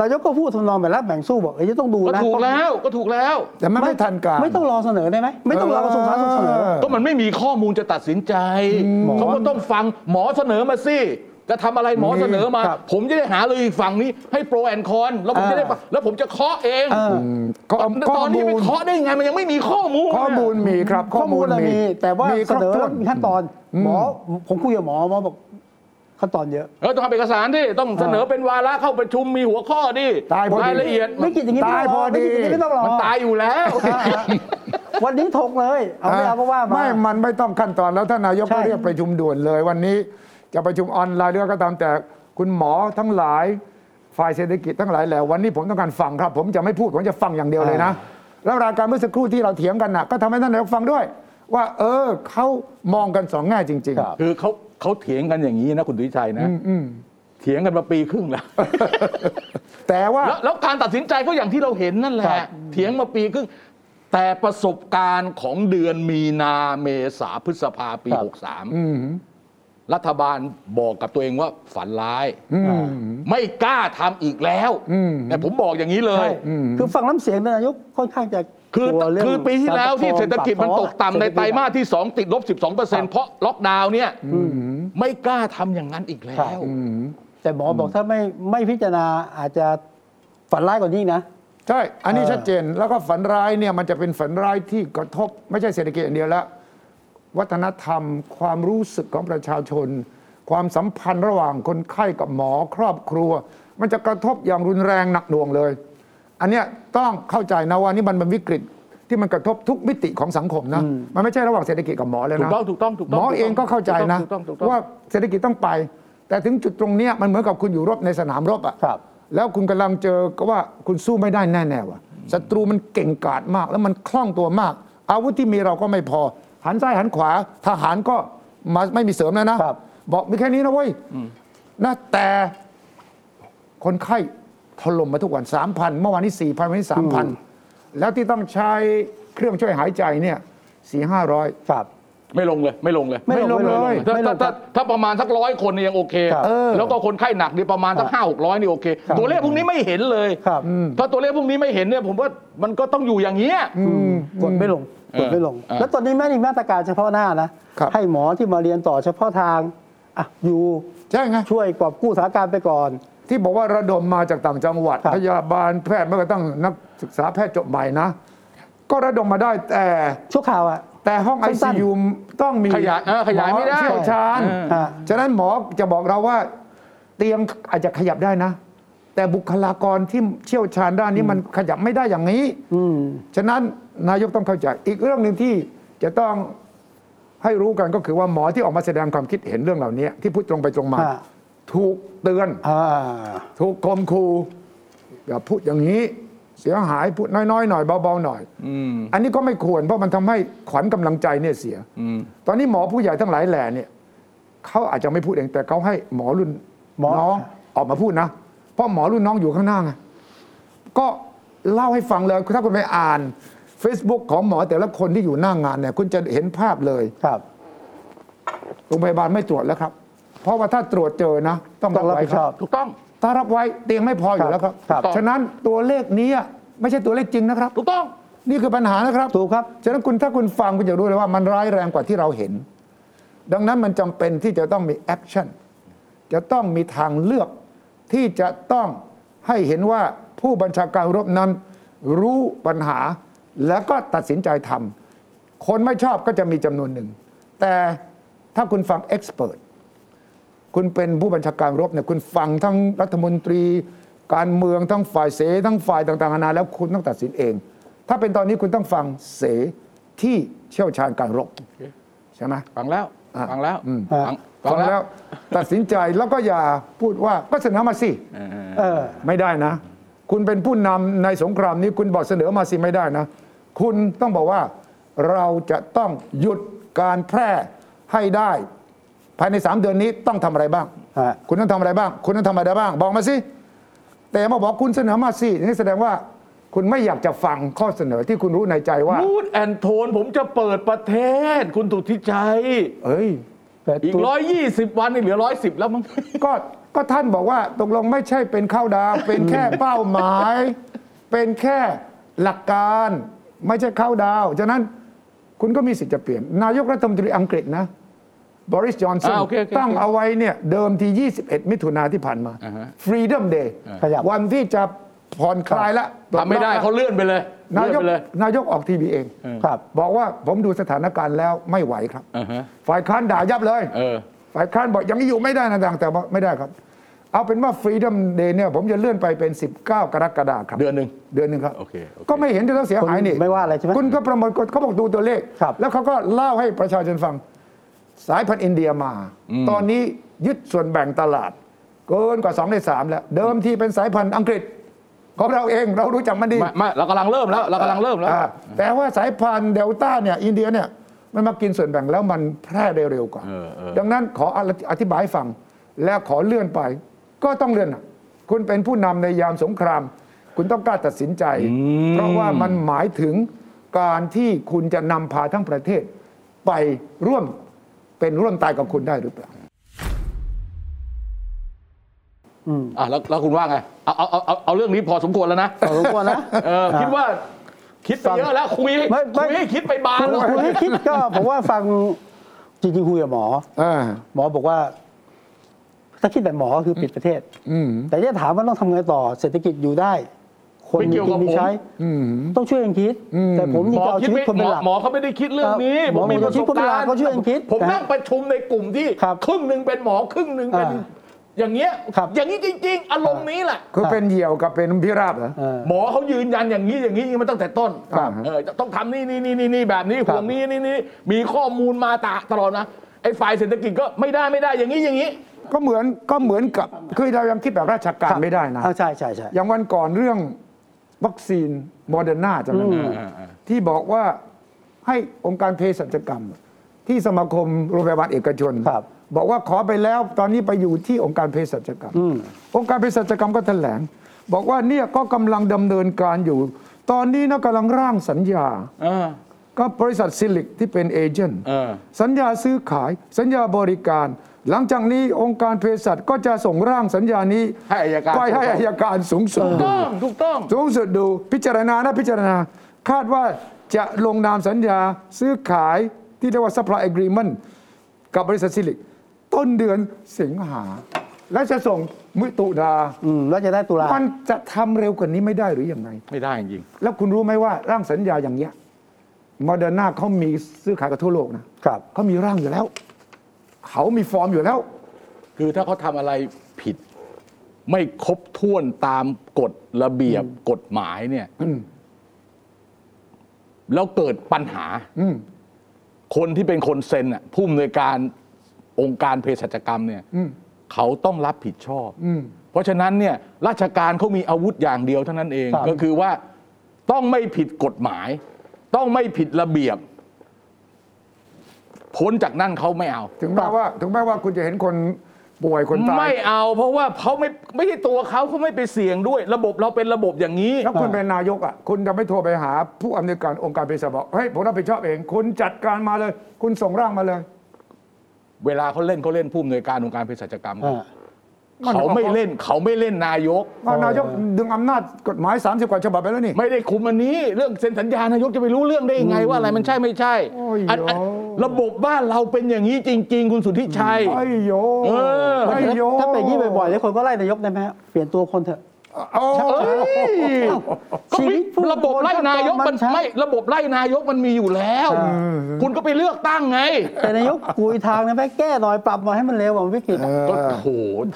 [SPEAKER 1] นายกก็พูดทำนองแบบรับแบ่งสู้บอกเอ้ยจะต้องดู
[SPEAKER 3] ก็
[SPEAKER 1] นะ
[SPEAKER 3] ถูกแล้วก็ถูกแล้ว
[SPEAKER 2] แต่มันไม่ทันการ
[SPEAKER 1] ไม่ต้องรอเสนอได้ไหมไม่ต้องรอกระทรวงสาธารณสุขเสนอ
[SPEAKER 3] ก็มันไม่มีข้อมูลจะตัดสินใจ
[SPEAKER 1] หมอ
[SPEAKER 3] เขาก็ต้องฟังหมอเสนอมาสิจะทำอะไรหมอเสนอมา
[SPEAKER 1] ครับ
[SPEAKER 3] ผมจะได้หาเลยอีกฝั่งนี้ให้โปรแอนคอนแล้วผมจะได้
[SPEAKER 1] อ่า
[SPEAKER 3] แล้วผมจะเคาะเอง
[SPEAKER 1] เออ
[SPEAKER 2] ก็เอา
[SPEAKER 3] แต่
[SPEAKER 2] ข้
[SPEAKER 3] ต
[SPEAKER 2] อ
[SPEAKER 3] อนนี้
[SPEAKER 2] มู
[SPEAKER 3] ไป
[SPEAKER 2] ล
[SPEAKER 3] เคาะได้ยังไงมันยังไม่มีข้อมูล
[SPEAKER 2] ข้อมูลมีครับ
[SPEAKER 1] ข้อมูลเรามีแต่ว่า
[SPEAKER 2] มีค
[SPEAKER 1] เส
[SPEAKER 2] ร
[SPEAKER 1] นอ
[SPEAKER 2] บถ้
[SPEAKER 1] แล้ว วน มีขั้นตอน หมอผมคุยกับหมอหมอบอกขั้นตอนเยอะ
[SPEAKER 3] เออต้องทำเอกสารที่ต้องเสนอเป็นวาระเข้าประชุมมีหัวข้อดิ
[SPEAKER 2] ตายพอดี
[SPEAKER 3] รายละเอียด
[SPEAKER 1] ไม่กินอย่างนี้ไม่ต้องรอ
[SPEAKER 2] ตายพอดี
[SPEAKER 1] ไม่กินอย่างนี้ไม่ต้องรอ
[SPEAKER 3] มันตายอยู่แล้ว
[SPEAKER 1] วันนี้ถกเลย เอาไม่เอาก็ว่ามา
[SPEAKER 2] ไม่มันไม่ต้องขั้นตอนแล้วท่านนายก
[SPEAKER 1] ใช่
[SPEAKER 2] ก็เรียกประชุมด่วนเลย วันนี้จะประชุมออนไลน์ด้วยก็ตามแต่คุณหมอทั้งหลาย ฝ่ายเศรษฐกิจทั้งหลายแหละวันนี้ผมต้องการฟังครับ ผมจะไม่พูดผมจะฟังอย่างเดียวเลยนะ
[SPEAKER 1] อ่
[SPEAKER 2] แล้วรายการเมื่อสักครู่ที่เราเถียงกันน่ะก็ทำให้ท่านนายกฟังด้วย ว่าเออเขามองกันสองแง่จริง ๆ
[SPEAKER 3] คือเขาเขาเถียงกันอย่างนี้นะคุณดุชัยนะเถียงกันมาปีครึ่งแล้ว
[SPEAKER 2] แต่ว่า
[SPEAKER 3] แล้วแล้วการตัดสินใจก็อย่างที่เราเห็นนั่นแหละ เถียงมาปีครึ่งแต่ประสบการณ์ของเดือนมีนาเมษาพฤษภาปี
[SPEAKER 1] ครับ
[SPEAKER 3] 63 รัฐบาลบอกกับตัวเองว่าฝันร้าย ไม่กล้าทำอีกแล้ว
[SPEAKER 2] อืม
[SPEAKER 3] แต่ผมบอกอย่างนี้เล
[SPEAKER 1] ใช่
[SPEAKER 3] ย
[SPEAKER 1] คือฟังน้ำเสียงนายกค่อนข้างจะ
[SPEAKER 3] คือก
[SPEAKER 1] ลัวเรื่ง
[SPEAKER 3] คือปีที่แล้วที่เศรษฐกิจมันตกต่ำในไตรมาส
[SPEAKER 1] เศษฐ
[SPEAKER 3] ที่ 2 ติดลบ 12%เพราะล็อกดาวน์เนี่ย ไม่กล้าทำอย่างนั้นอีกแล้ว
[SPEAKER 2] อืม
[SPEAKER 1] แต่หมอบอกถ้าไม่ไม่พิจารณาอาจจะฝันร้ายกว่านี้อีกนะ
[SPEAKER 2] ใช่ อันนี้
[SPEAKER 1] เออ
[SPEAKER 2] ชัดเจนแล้วก็ฝันร้ายเนี่ยมันจะเป็นฝันร้ายที่กระทบ ไม่ใช่เศรษฐกิจอย่างเดียวละวัฒนธรรม ความรู้สึกของประชาชน ความสัมพันธ์ระหว่างคนไข้กับหมอครอบครัว มันจะกระทบอย่างรุนแรงหนักหน่วงเลย อันเนี้ยต้องเข้าใจนะว่านี่มันเป็นวิกฤตที่มันกระทบทุกมิติของสังคมนะมันไม่ใช่ระหว่างเศรษฐกิจกับหมอแล้วนะ
[SPEAKER 3] ถูกต้องถูกต้องถูกต้อง
[SPEAKER 2] หมอเองก็เข้าใจนะ
[SPEAKER 3] ถูกต้องถูกต้อง
[SPEAKER 2] ว่าเศรษฐกิจต้องไป แต่ถึงจุดตรงเนี้ยมันเหมือนกับคุณอยู่รบในสนามรบอ่ะ
[SPEAKER 1] ครับ
[SPEAKER 2] แล้วคุณกำลังเจอก็ว่าคุณสู้ไม่ได้แน่ๆว่ะศัตรูมันเก่งกาจมาก แล้วมันคล่องตัวมาก อาวุธที่มีเราก็ไม่พอ หันซ้ายหันขวา ทหารก็มาไม่มีเสริมแล้วนะครับ บอกมีแค่นี้นะเว้ยนะแต่คนไข้ถล่มมาทุกวันสามพันเมื่อวานนี้สี่พันวันนี้สามพันแล้วที่ต้องใช้เครื่องช่วยหายใจเนี่ยสี่ห้าร้อย
[SPEAKER 1] ครับ
[SPEAKER 3] ไม่ลงเลยไม่ลงเลย
[SPEAKER 1] ไม่ลง
[SPEAKER 2] ไม่ลง
[SPEAKER 1] ไม่ลง
[SPEAKER 3] ถ้า
[SPEAKER 1] ไม่ล
[SPEAKER 3] ถ้าง
[SPEAKER 1] ค
[SPEAKER 3] ถ้า
[SPEAKER 1] รับ
[SPEAKER 3] ถ้าประมาณสักร้อยคนเนี่ยยังโอเค
[SPEAKER 1] ครับ
[SPEAKER 3] แล้วก็คนไข้หนักเนี่ยประมาณสักห้าหกร้อยนี่โอเค
[SPEAKER 1] ครับ
[SPEAKER 3] ตัวเลขพวกนี้ไม่เห็นเลย
[SPEAKER 1] ครับ
[SPEAKER 3] ถ้าตัวเลขพวกนี้ไม่เห็นเนี่ยผมว่ามันก็ต้องอยู่อย่างเงี้ย
[SPEAKER 1] กดไม่ลง
[SPEAKER 3] เออก
[SPEAKER 1] ดไม่ลง
[SPEAKER 3] เออ
[SPEAKER 1] แล้วตอนนี้ไม่ได้มีมาตรการเฉพาะหน้านะ
[SPEAKER 2] ครับ
[SPEAKER 1] ให้หมอที่มาเรียนต่อเฉพาะทางอ่ะอยู่
[SPEAKER 2] ใช่ไง
[SPEAKER 1] ช่วยกอบกู้สถานการณ์ไปก่อน
[SPEAKER 2] ที่บอกว่าระดมมาจากต่างจังหวัด
[SPEAKER 1] ครับ
[SPEAKER 2] พยาบาลแพทย์แม้กระทั่งนักศึกษาแพทย์จบใหม่นะ ก็ระดมมาได้แต่
[SPEAKER 1] ชั่วคราวอ่ะ
[SPEAKER 2] แต่ห้องไอ
[SPEAKER 1] สั้
[SPEAKER 2] ซี
[SPEAKER 1] นๆ
[SPEAKER 2] ยูต้องมี
[SPEAKER 3] ขยายเออขยาย
[SPEAKER 2] หอ
[SPEAKER 3] ไม่ได้
[SPEAKER 2] เชี่ยวชาญ
[SPEAKER 3] เออ
[SPEAKER 1] อ่ะ
[SPEAKER 2] ฉะนั้นหมอจะบอกเราว่าเตียงอาจจะขยับได้นะ แต่บุคลากรที่เชี่ยวชาญด้านนี้มันขยับไม่ได้อย่างนี้
[SPEAKER 1] อืม
[SPEAKER 2] ฉะนั้นนายกต้องเข้าใจ อีกเรื่องหนึ่งที่จะต้องให้รู้กันก็คือว่าหมอที่ออกมาแสดงความคิดเห็นเรื่องเหล่านี้ที่พูดตรงไปตรงมา
[SPEAKER 1] ฮะ
[SPEAKER 2] ถูกเตือน
[SPEAKER 1] อ่า
[SPEAKER 2] ถูกคมคูอย่าพูดอย่างนี้ เสียหายพูดน้อยๆหน่อยเบาๆหน่อย
[SPEAKER 3] อืม
[SPEAKER 2] อันนี้ก็ไม่ควรเพราะมันทำให้ขวัญกำลังใจเนี่ยเสีย
[SPEAKER 3] อืม
[SPEAKER 2] ตอนนี้หมอผู้ใหญ่ทั้งหลายแหล่เนี่ยเขาอาจจะไม่พูดเองแต่เขาให้หมอรุ่น
[SPEAKER 1] หมอ
[SPEAKER 2] น้องออกมาพูดนะ เพราะหมอรุ่นน้องอยู่ข้างหน้าไงก็เล่าให้ฟังเลยถ้าคุณไปอ่าน Facebook ของหมอแต่ละคนที่อยู่หน้างานเนี่ยคุณจะเห็นภาพเลย
[SPEAKER 1] ครับ
[SPEAKER 2] โรงพยาบาลไม่ตรวจแล้วครับ เพราะว่าถ้าตรวจเจอนะต้อง
[SPEAKER 1] ต้องรับ
[SPEAKER 2] ไว้
[SPEAKER 1] ผิด
[SPEAKER 2] ค
[SPEAKER 1] ช
[SPEAKER 2] รั
[SPEAKER 1] อบ บ
[SPEAKER 3] ถูกต้อง
[SPEAKER 2] ถ้ารับไว้เตียงไม่พออยู่แล้วครับ
[SPEAKER 1] ครับ
[SPEAKER 2] ฉะนั้นตัวเลขนี้ไม่ใช่ตัวเลขจริงนะครับ
[SPEAKER 3] ถูกต้อง
[SPEAKER 2] นี่คือปัญหานะครับ
[SPEAKER 1] ถูกครับ
[SPEAKER 2] ฉะนั้นคุณถ้าคุณฟังคุณจะรู้เลยว่ามันร้ายแรงกว่าที่เราเห็น ดังนั้นมันจำเป็นที่จะต้องมีแอคชั่น จะต้องมีทางเลือกที่จะต้องให้เห็นว่าผู้บัญชาการรบนั้น รู้ปัญหาแล้วก็ตัดสินใจทำคนไม่ชอบก็จะมีจำนวนหนึ่ง แต่ถ้าคุณฟังเอ็กซ์เพรสคุณเป็นผู้บัญชาการรบเนี่ยคุณฟังทั้งรัฐมนตรี การเมืองทั้งฝ่ายเสทั้งฝ่ายต่างๆนานาแล้วคุณต้องตัดสินเอง ถ้าเป็นตอนนี้คุณต้องฟังเสที่เชี่ยวชาญการรบใช่ไหม
[SPEAKER 3] ฟังแล้ว
[SPEAKER 2] อ่ะ
[SPEAKER 3] ฟังแล้ว
[SPEAKER 2] อืม
[SPEAKER 3] ฟัง
[SPEAKER 2] ฟังแล้วตัดสินใจแล้วก็อย่าพูดว่าก็เสนอมาสิ
[SPEAKER 3] เออ
[SPEAKER 1] เออ
[SPEAKER 2] ไม่ได้นะ คุณเป็นผู้นำในสงครามนี้คุณบอกเสนอมาสิไม่ได้นะ คุณต้องบอกว่าเราจะต้องหยุดการแพร่ให้ได้ ภายใน 3 เดือนนี้ต้องทำอะไรบ้าง
[SPEAKER 1] ฮะ
[SPEAKER 2] คุณต้องทำอะไรบ้าง คุณต้องทำอะไรบ้าง บอกมาสิ แต่มาบอกคุณเสนอมาสินี่แสดงว่าคุณไม่อยากจะฟังข้อเสนอที่คุณรู้ในใจว่า
[SPEAKER 3] มูดแอนโทนผมจะเปิดประเทศ คุณตุทิชัย
[SPEAKER 2] เอ้ย
[SPEAKER 1] แต่
[SPEAKER 3] อีก
[SPEAKER 1] ตัว
[SPEAKER 3] ร้อยยี่สิบวันนี่เหลือร้อยสิบแล้วมั้ง
[SPEAKER 2] ก็ก็ท่านบอกว่าตกลงไม่ใช่เป็นข้าว ดาวเป็นแค่เป้าหมาย เป็นแค่หลักการ ไม่ใช่ข้าวดาวฉะนั้นคุณก็มีสิทธิ์จะเปลี่ยน นายกรัฐมนตรีอังกฤษนะบริสจอนสัน
[SPEAKER 3] อ่าโอเคโอเค
[SPEAKER 2] ตั้งเอาไว้เนี่ยเดิมที่ 21 มิถุนาที่ผ่านมา
[SPEAKER 3] อ่าฮะ
[SPEAKER 2] Freedom Day
[SPEAKER 1] ขยับ
[SPEAKER 2] วันที่จะผ่อนคลายละ
[SPEAKER 3] ทำไม่ได้เขาเลื่อนไปเลย
[SPEAKER 2] นาย
[SPEAKER 3] เลื่อก นไปเลย
[SPEAKER 2] นายกออกทีวีเอง
[SPEAKER 1] ครับ
[SPEAKER 2] บอกว่าผมดูสถานการณ์แล้วไม่ไหวครับ
[SPEAKER 3] อ่าฮะ
[SPEAKER 2] ฝ่ายค้านด่ายับเลย
[SPEAKER 3] เออ
[SPEAKER 2] ฝ่ายค้านบอกอยังนี้อยู่ไม่ได้นะดังแต่ว่าไม่ได้ครับ เอาเป็นว่าฟรีด o มเดย์เนี่ยผมจะเลื่อนไปเป็น 19 กรกฎาคมครับ
[SPEAKER 3] เดือนหนึ่ง
[SPEAKER 2] เดือนหนึ่งครับ
[SPEAKER 3] โอเคโอเค
[SPEAKER 2] ก็ไม่เห็นจะต้องเสียหายนี่
[SPEAKER 1] คุณไม่ว่าอะไรใช่ไหม
[SPEAKER 2] คุณก็ประเมินเขาบอกดูตัวเลข
[SPEAKER 1] ครับ
[SPEAKER 2] แล้วเขาก็เล่าให้ประชาชนฟัง สายพันธุ์อินเดียมา ตอนนี้ยึดส่วนแบ่งตลาด เกินกว่า 2 ใน 3 แล้ว เดิมทีเป็นสายพันธุ์อังกฤษ ของเราเองเรารู้จักมันดี
[SPEAKER 3] ไม่ไม่เรากำลังเริ่มแล้ว เรากำลังเริ่มแล้ว
[SPEAKER 2] อ่าแต่ว่าสายพันธุ์เดลต้าเนี่ยอินเดียเนี่ยมันมากินส่วนแบ่งแล้วมันแพร่ได้เร็วกว่า
[SPEAKER 3] เออเออ
[SPEAKER 2] ดังนั้นขออธิบายให้ฟัง แล้วขอเลื่อนไป ก็ต้องเลื่อนอะคุณเป็นผู้นำในยามสงคราม คุณต้องกล้าตัดสินใจ เพราะว่ามันหมายถึงการที่คุณจะนำพาทั้งประเทศ ไปร่วมเป็นร่วมตายกับคุณได้หรือเปล่า
[SPEAKER 3] อ่ะแล้วแล้วคุณว่าไง เอาเอาเอาเอาเอาเรื่องนี้พอสมควรแล้วนะ
[SPEAKER 1] ขอรบกวนนะ
[SPEAKER 3] เออ คิดว่า คิดไปเยอะแล้วคุยให้
[SPEAKER 1] ไม่ไม่
[SPEAKER 3] คุยให้คิดไปบาน
[SPEAKER 1] คุณ
[SPEAKER 3] แล้ว
[SPEAKER 1] คุณให้คิดก็ผมว่าฟัง จริงๆคุยกับหมอ
[SPEAKER 2] อ่า
[SPEAKER 1] หมอบอกว่า ถ้าคิดแบบหมอก็คือปิดประเทศ
[SPEAKER 2] อืม
[SPEAKER 1] แต่เนี่ยถามว่าต้องทำไงต่อเศรษฐกิจอยู่ได้ คน
[SPEAKER 3] ไม่
[SPEAKER 1] มี
[SPEAKER 3] เกี่ยว
[SPEAKER 1] กิ
[SPEAKER 3] กันบ
[SPEAKER 1] มี
[SPEAKER 3] ผม
[SPEAKER 1] ใช้
[SPEAKER 2] อืม
[SPEAKER 1] ต้องช่วยกันคิด
[SPEAKER 2] อืม
[SPEAKER 1] แต่ผม
[SPEAKER 3] ห
[SPEAKER 1] นี่
[SPEAKER 3] มอ
[SPEAKER 1] จะเอา
[SPEAKER 3] คิด
[SPEAKER 1] ชีวิต
[SPEAKER 3] ไม่
[SPEAKER 1] คน
[SPEAKER 3] หม
[SPEAKER 1] เป็น
[SPEAKER 3] อ
[SPEAKER 1] หลัก
[SPEAKER 3] หมอเขาไม่ได้คิดเรื่องนี้
[SPEAKER 1] เออ
[SPEAKER 3] ผมมี
[SPEAKER 1] หมอ
[SPEAKER 3] ประสบการณ์
[SPEAKER 1] เขาช่วยกันคิด
[SPEAKER 3] ผม
[SPEAKER 1] นะ
[SPEAKER 3] นั่งประชุมในกลุ่มที่
[SPEAKER 1] ครับ
[SPEAKER 3] ครึ่งหนึ่งเป็นหมอครึ่งหนึ่งเป็น
[SPEAKER 1] อ่า
[SPEAKER 3] อย่างเงี้ย
[SPEAKER 1] ครับ
[SPEAKER 3] อย่างนี้จริง ๆ อารมณ์นี้แหละ
[SPEAKER 2] คือเป็นเหยี่ยวกับเป็นพิราบเหรอ
[SPEAKER 1] เออ
[SPEAKER 3] หมอเขายืนยันอย่างนี้อย่างนี้มาตั้งแต่ต้น
[SPEAKER 2] ครับ
[SPEAKER 3] เออต้องทำนี่นี่นี่นี่นี่แบบนี้
[SPEAKER 1] ครั
[SPEAKER 3] ห่
[SPEAKER 1] บ
[SPEAKER 3] วงนี้นี่นี่มีข้อมูลมาตะตลอดนะไอ้ฝ่ายเศรษฐกิจก็ไม่ได้ไม่ได้อย่างนี้อย่างนี้
[SPEAKER 2] ก็เหมือนก็เหมือนกับคือเรายังคิดแบบราชการไม่ได้นะ
[SPEAKER 1] อ่าใช่ใช่ใช่
[SPEAKER 2] อย่างวันก่อนเรื่องวัคซีนโมเดอร์นาจำได้ไหม
[SPEAKER 3] อืม
[SPEAKER 2] ที่บอกว่าให้องค์การเภสัชกรรม ที่สมาคมโรงพยาบาลเอกชน
[SPEAKER 1] ครับ
[SPEAKER 2] อกว่าขอไปแล้วตอนนี้ไปอยู่ที่องค์การเภสัชกรรม
[SPEAKER 1] อืม
[SPEAKER 2] องค์การเภสัชกรรมก็แถลง บอกว่าเนี่ยก็กำลังดำเนินการอยู่ ตอนนี้นะกำลังร่างสัญญา
[SPEAKER 3] เออ
[SPEAKER 2] กับบริษัทซิลิกที่เป็นเอเจนต์
[SPEAKER 3] เออ
[SPEAKER 2] สัญญาซื้อขาย สัญญาบริการ หลังจากนี้องค์การเภสัชก็จะส่งร่างสัญญานี้
[SPEAKER 3] ให้อัยการ
[SPEAKER 2] ไปให้อายการสูงสุด
[SPEAKER 3] ถูก
[SPEAKER 2] ดู
[SPEAKER 3] ต้องถูกต้อง
[SPEAKER 2] สูงสุดดูพิจารณานะพิจารณา คาดว่าจะลงนามสัญญาซื้อขายที่เรียกว่า supply agreement กับบริษัทซิลิก ต้นเดือนสิงหา และจะส่งมิถุนา
[SPEAKER 1] อืมแล้วจะได้ตุลา
[SPEAKER 2] มันจะทำเร็วกว่านี้ไม่ได้หรือยังไง
[SPEAKER 3] ไม่ได้จริง
[SPEAKER 2] แล้วคุณรู้ไหมว่าร่างสัญญาอย่างเนี้ยโมเดอร์นาเขามีซื้อขายกับทั่วโลกนะ
[SPEAKER 1] ครับ
[SPEAKER 2] เขามีร่างอยู่แล้ว เขามีฟอร์มอยู่แล้ว
[SPEAKER 3] คือถ้าเขาทำอะไรผิด ไม่ครบถ้วนตามกฎระเบียบกฎหมายเนี่ย
[SPEAKER 2] อืม
[SPEAKER 3] แล้วเกิดปัญหา
[SPEAKER 2] อืม
[SPEAKER 3] คนที่เป็นคนเซ็นน่ะผู้อำนวยการองค์การเภสัชกรรมเนี่ย
[SPEAKER 2] อืม
[SPEAKER 3] เขาต้องรับผิดชอบ
[SPEAKER 2] อืม
[SPEAKER 3] เพราะฉะนั้นเนี่ยราชการเขามีอาวุธอย่างเดียวเท่านั้นเอง
[SPEAKER 1] ครับ
[SPEAKER 3] ก็คือว่าต้องไม่ผิดกฎหมาย ต้องไม่ผิดระเบียบ พ้นจากนั่นเขาไม่เอา
[SPEAKER 2] ถึงแม้ว่า ถึงแม้ว่าคุณจะเห็นคนป่วยคนตา
[SPEAKER 3] ไม่
[SPEAKER 2] ย
[SPEAKER 3] เอาเพราะว่าเขาไม่ไม่ใช่ตัวเขาเขาไม่ไปเสี่ยงด้วย ระบบเราเป็นระบบอย่างนี้
[SPEAKER 2] แล้วคุณเป็นนายกอ่ะ คุณจะไม่โทรไปหาผู้อำนวยการองค์การเภสัชบอกเฮ้ยผมรับผิดชอบเอง คุณจัดการมาเลย คุณส่งร่างมาเลย
[SPEAKER 3] เวลาเขาเล่นเขาเล่นผู้อำนวยการองค์การเภสัชกรรม
[SPEAKER 1] อ่า
[SPEAKER 3] เขาไม่เล่นเขาไม่เล่นนายก
[SPEAKER 2] ว่านายกดึงอำนาจกฎหมาย 30 กว่าฉบับไปแล้วนี่
[SPEAKER 3] ไม่ได้คุมอันนี้ เรื่องเซ็นสัญญานายกจะไปรู้เรื่องได้ยังไงว่าอะไรมันใช่ไม่ใช่
[SPEAKER 2] โอ้ย
[SPEAKER 3] อันอัน
[SPEAKER 2] โอ้
[SPEAKER 3] ระบบบ้านเราเป็นอย่างนี้จริง ๆ คุณสุทธิชัย
[SPEAKER 2] ไอ้โย
[SPEAKER 3] เออ
[SPEAKER 2] ไอ้โย
[SPEAKER 1] ถ้าเป็นอย่างนี้บ่อยๆแล้วคนก็ไล่นายกได้ไหมฮะเปลี่ยนตัวคนเถอะ
[SPEAKER 2] โอ้
[SPEAKER 3] เอ้ยก็
[SPEAKER 1] ชีวิ
[SPEAKER 3] ไม่
[SPEAKER 1] ตผู้
[SPEAKER 3] ระบบไล่นายกมัน
[SPEAKER 1] ใช้
[SPEAKER 3] ไม่ระบบไล่นายกมันมีอยู่แล้ว
[SPEAKER 1] เอ
[SPEAKER 3] คุณก็ไปเลือกตั้งไง
[SPEAKER 1] แต่นายกกุยทางนะแม่แก้หน่อยปรับหน่อยให้มันเร็วกว่าวิกฤตอะ
[SPEAKER 3] ก็โอ้โห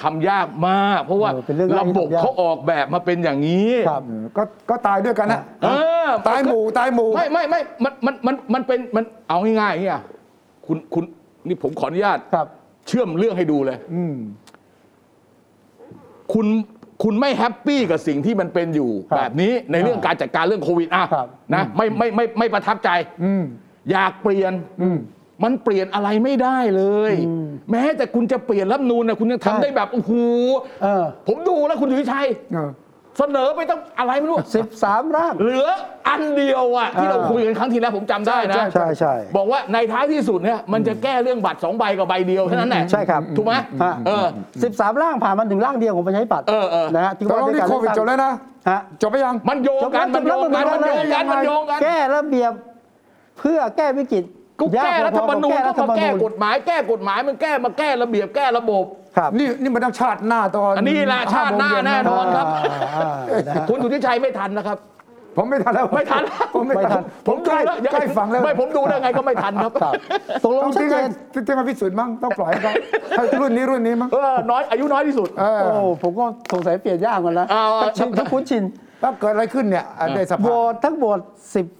[SPEAKER 3] ทำยากมาก เพราะว่า
[SPEAKER 1] เออเป็นเรื่องยาก
[SPEAKER 3] ระบบ
[SPEAKER 1] ที่ทำยาก
[SPEAKER 3] เขาออกแบบมาเป็นอย่างนี้
[SPEAKER 1] ครับ
[SPEAKER 2] ก็ก็ตายด้วยกันนะ
[SPEAKER 3] เออ
[SPEAKER 2] ตายหมู่ตายหมู่
[SPEAKER 3] ไม่ไม่ไม่มันมันมันมันเป็นมันเอาง่ายๆอย่างเงี้ยคุณคุณนี่ผมขออนุญาต
[SPEAKER 1] ครับ
[SPEAKER 3] เชื่อมเรื่องให้ดูเลย
[SPEAKER 2] อืม
[SPEAKER 3] คุณคุณไม่แฮปปี้กับสิ่งที่มันเป็นอยู่
[SPEAKER 1] ครับ
[SPEAKER 3] แบบนี้ในเรื่องการจัดการเรื่องโควิดอ่ะ
[SPEAKER 1] ครับ
[SPEAKER 3] นะไม่ไม่ไม่ไม่ประทับใจ
[SPEAKER 2] อืม
[SPEAKER 3] อยากเปลี่ยนมันเปลี่ยนอะไรไม่ได้เลย แม้แต่คุณจะเปลี่ยนรัฐธรรมนูนนะคุณยัง
[SPEAKER 1] ใช่
[SPEAKER 3] ทำได้แบบโอ้โห
[SPEAKER 1] เออ
[SPEAKER 3] ผมดูแล้วคุณสุทธิชัย
[SPEAKER 2] เออ
[SPEAKER 3] เสนอไปต้องอะไรไม่รู้
[SPEAKER 1] สิบสามร่าง
[SPEAKER 3] เหลืออันเดียวอะที่เรา
[SPEAKER 1] อ่า
[SPEAKER 3] คุยกันครั้งที่แล้วผมจำได้นะ
[SPEAKER 1] ใช่ใช่
[SPEAKER 3] บอกว่าในท้ายที่สุดเนี่ยมันจะแก้เรื่องบัตรสองใบกับใบเดียวเท่านั้นแหละ
[SPEAKER 1] ใช่ครับ
[SPEAKER 3] ถูกไหมเออ
[SPEAKER 1] สิบสามร่างผ่านมันถึงร่างเดียวของประชาธิปัตย์
[SPEAKER 3] เออเออ
[SPEAKER 1] นะฮะที่
[SPEAKER 2] ตก
[SPEAKER 1] ว่า
[SPEAKER 2] ลง
[SPEAKER 1] ด้วย
[SPEAKER 2] นี่
[SPEAKER 1] การ
[SPEAKER 2] โค
[SPEAKER 1] เลือก
[SPEAKER 2] วิดจบ
[SPEAKER 1] ตั้ง
[SPEAKER 2] แล้วนะ
[SPEAKER 1] ฮะ
[SPEAKER 2] จบไปยัง
[SPEAKER 3] มันโยง
[SPEAKER 1] จบ
[SPEAKER 3] กั
[SPEAKER 1] แล้วจ
[SPEAKER 3] นมั
[SPEAKER 1] บ
[SPEAKER 3] นโย
[SPEAKER 1] แล้ว
[SPEAKER 3] งกันมันโยงกัน
[SPEAKER 1] จบแล้ว
[SPEAKER 3] มันโยงกัน
[SPEAKER 1] แก้ระเบียบ เพื่อแก้วิกฤต
[SPEAKER 3] กูแก้
[SPEAKER 1] ย
[SPEAKER 3] รัฐธรรมนูญ
[SPEAKER 1] พอๆ
[SPEAKER 3] ก็
[SPEAKER 1] บ
[SPEAKER 3] มาแก้กฎหมาย แก้กฎหมายมันแก้มาแก้ระเบียบแก้ระบบ
[SPEAKER 1] ครับ
[SPEAKER 2] นี่นี่มันต้องชาติหน้าตอน
[SPEAKER 3] อันนี้แหละชาติหน้าแน่นอน ครับ
[SPEAKER 1] อ่านะฮะ
[SPEAKER 3] คุณสุทธิชัยไม่ทันนะครับ
[SPEAKER 2] ผมไม่ทันแล้ว
[SPEAKER 3] ไม่ทัน
[SPEAKER 2] ผมไม่ทัน ผมใกล้
[SPEAKER 3] ดูแล้ว
[SPEAKER 2] ใกล้ฝั่งแล้ว
[SPEAKER 3] ไม่ผมดูแล้วไงก็ไม่ทันครับ
[SPEAKER 1] ครับตกล
[SPEAKER 2] ต้อง
[SPEAKER 1] งชัด
[SPEAKER 2] ทิ้
[SPEAKER 1] เจ
[SPEAKER 2] งให้
[SPEAKER 1] น
[SPEAKER 2] ทิ้งให้พิสูจน์มั้งต้องปล่อยให้เขาให้รุ่นนี้รุ่นนี้มั้ง
[SPEAKER 3] เออน้อยอายุน้อยที่สุด
[SPEAKER 2] เออ
[SPEAKER 1] โอ้ผมก็สงสัยเปลี่ยนยากกว่านะ
[SPEAKER 3] เอาเอา
[SPEAKER 1] ทั้งชินทั้งคุ้นชิน
[SPEAKER 2] ถ้าเกิดอะไรขึ้นเนี่ยในส
[SPEAKER 1] โหว
[SPEAKER 2] ภา
[SPEAKER 1] ตทั้งโหวต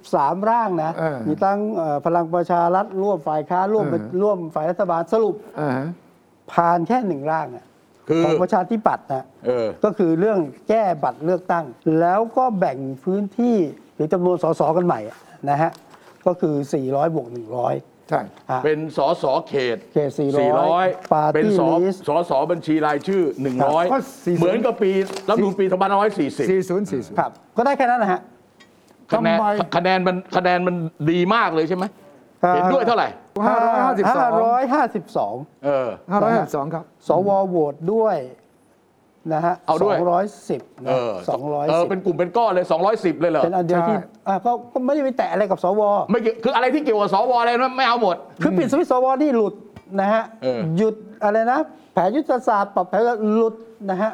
[SPEAKER 1] 13 ร่างนะ
[SPEAKER 2] เออ
[SPEAKER 1] มีตั้งเอ่อพลังประชารัฐร่วมฝ่ายค้านร่วม
[SPEAKER 2] เออ
[SPEAKER 1] ร่วมฝ่ายรัฐบาลสรุป
[SPEAKER 2] อ่าฮะ
[SPEAKER 1] ผ่านแค่หนึ่งร่างอะ
[SPEAKER 3] คือ
[SPEAKER 1] ของประชาธิปัตย์นะ
[SPEAKER 3] เออ
[SPEAKER 1] ก็คือเรื่องแก้บัตรเลือกตั้ง แล้วก็แบ่งพื้นที่หรือจำนวนสสกันใหม่อะนะฮะก็คือ 400บวก100
[SPEAKER 2] ใช่
[SPEAKER 1] อ่ะ
[SPEAKER 3] เป็นสอสอเขต
[SPEAKER 1] เขต400 Party
[SPEAKER 3] เป็นสอ
[SPEAKER 1] List
[SPEAKER 3] สอสอบัญชีรายชื่อ 100 เหมือนกับปีรัฐธรรมนูลปี2540
[SPEAKER 2] 40
[SPEAKER 1] ครับ ก็ได้แค่นั้นนะฮะ
[SPEAKER 3] คะแนน
[SPEAKER 2] ทำไม
[SPEAKER 3] คะแนนมันคะแนนมันดีมากเลยใช่ไหม
[SPEAKER 1] เอ่อ
[SPEAKER 3] เห็นด้วยเท่าไหร่
[SPEAKER 2] 40 552
[SPEAKER 1] 552
[SPEAKER 3] เออ
[SPEAKER 2] 552 ครับ
[SPEAKER 1] สวโหวตด้วย นะฮะ
[SPEAKER 3] เอาด้วย
[SPEAKER 1] สองร้อยสิบ
[SPEAKER 3] เอ
[SPEAKER 1] นะ
[SPEAKER 3] อ
[SPEAKER 1] สองร้อย
[SPEAKER 3] เออ
[SPEAKER 1] สิบ
[SPEAKER 3] เป็นกลุ่มเป็นก้อนเลย 210 เลยเหรอ
[SPEAKER 1] เป็นอันเดียวที่
[SPEAKER 2] ใช่
[SPEAKER 1] อ่ะก็ก็ไม่ได้ไปแตะอะไรกับสว
[SPEAKER 3] ไม่เกี่ยวคืออะไรที่เกี่ยวกับสวอะไรนะไม่เอาหมด
[SPEAKER 1] คือปิดสวิตช์สวนี่หลุดนะฮะ
[SPEAKER 3] เออ
[SPEAKER 1] หยุดอะไรนะ แผนยุทธศาสตร์ปรับแผนหลุดนะฮะ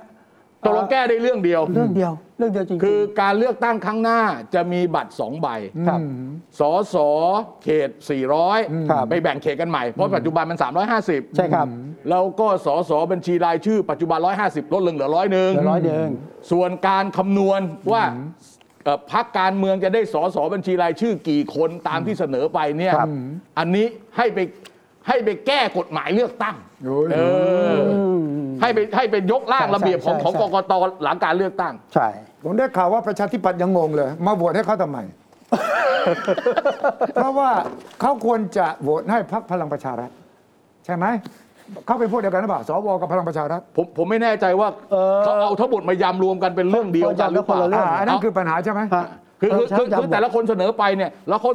[SPEAKER 3] ตกลงแก้ได้เรื่องเดียว
[SPEAKER 1] เรื่องเดียว เรื่องเดียวจริงๆ
[SPEAKER 3] คือการเลือกตั้งครั้งหน้าจะมีบัตรสองใบ
[SPEAKER 1] ครับ
[SPEAKER 3] สอสอเขต
[SPEAKER 1] ครับ
[SPEAKER 3] 400 ไปแบ่งเขตกันใหม่ เพราะปัจจุบันมัน 350
[SPEAKER 1] ใช่ครับ
[SPEAKER 3] แล้วก็สอสอบัญชีรายชื่อปัจจุบัน 150 ลดลงเหลือร้อยหนึ่ง
[SPEAKER 1] เหลือร้อยเดิง
[SPEAKER 3] ส่วนการคำนวณว่าเอ่อพักการเมืองจะได้สอสอบัญชีรายชื่อกี่คนตามที่เสนอไปเนี่ย
[SPEAKER 1] ครับ
[SPEAKER 3] อันนี้ให้ไปให้ไปแก้กฎหมายเลือกตั้ง
[SPEAKER 2] โอ้ย
[SPEAKER 3] เออให้ไปให้ไปยกร่างระเบียบของของกกตหลังการเลือกตั้ง
[SPEAKER 1] ใช่
[SPEAKER 2] ผมได้ข่าวว่าประชาธิปัตย์ยังงงเลย มาโหวตให้เขาทำไม เพราะว่าเขาควรจะโหวตให้พรรคพลังประชารัฐ ใช่ไหม เขาไปพูดเดียวกันหรือเปล่าสวกับพลังประชารัฐ
[SPEAKER 3] ผมผมไม่แน่ใจว่า
[SPEAKER 1] เอ่อ
[SPEAKER 3] เขาเอาทั้งหมดมายำรวมกันเป็นเรื่องเดียวกันหรือเปล่า
[SPEAKER 1] คนละเรื่
[SPEAKER 2] อ่าอันนั้นคือปัญหาใช่ไหม
[SPEAKER 1] ฮะ
[SPEAKER 3] คือคือคือ
[SPEAKER 1] เ
[SPEAKER 3] คือแต่ละคนเสนอไปเนี่ยแล้วเขา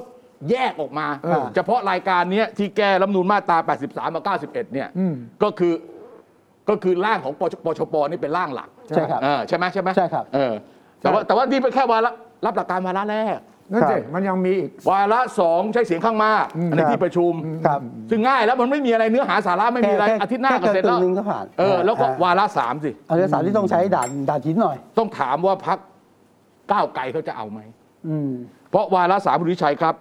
[SPEAKER 3] แยกออกมา
[SPEAKER 1] เออ
[SPEAKER 3] เฉพาะรายการเนี้ยที่แก้รัฐธรรมนูลมาตรา 83มา91 เนี่ย
[SPEAKER 2] อืม
[SPEAKER 3] ก็คือก็คือร่างของปชปชปนี่เป็นร่างหลัก
[SPEAKER 1] ใช่ครับ
[SPEAKER 3] เออใช่ไหมใช่ไหม
[SPEAKER 1] ใช่ครับ
[SPEAKER 3] เออแต่ว่าแต่ว่านี่เป็นแค่วาระรับหลักการวาระแรก
[SPEAKER 2] นั่นสิ
[SPEAKER 1] ครับ
[SPEAKER 2] มันยังมีอีก
[SPEAKER 3] วาระสองใช้เสียงข้างมากในที่ประชุม
[SPEAKER 1] ครับ
[SPEAKER 3] ซึ่งง่ายแล้วมันไม่มีอะไรเนื้อหาสาระไม่มีอะไร
[SPEAKER 1] แค่
[SPEAKER 3] อาทิตย์หน้าก็เสร็จแล้ว
[SPEAKER 1] แค่กึ่งหนึ่งก็ผ่าน
[SPEAKER 3] เออแล้วก็
[SPEAKER 1] อ่าว
[SPEAKER 3] าระสามสิ
[SPEAKER 1] เอาเรื่องสารที่ต้องใช้ด่านด่านหินหน่อย
[SPEAKER 3] ต้องถามว่าพักก้าวไกลเขาจะเอาไหม
[SPEAKER 1] อืม
[SPEAKER 3] เพราะวาระสามคุณวิชัยครับ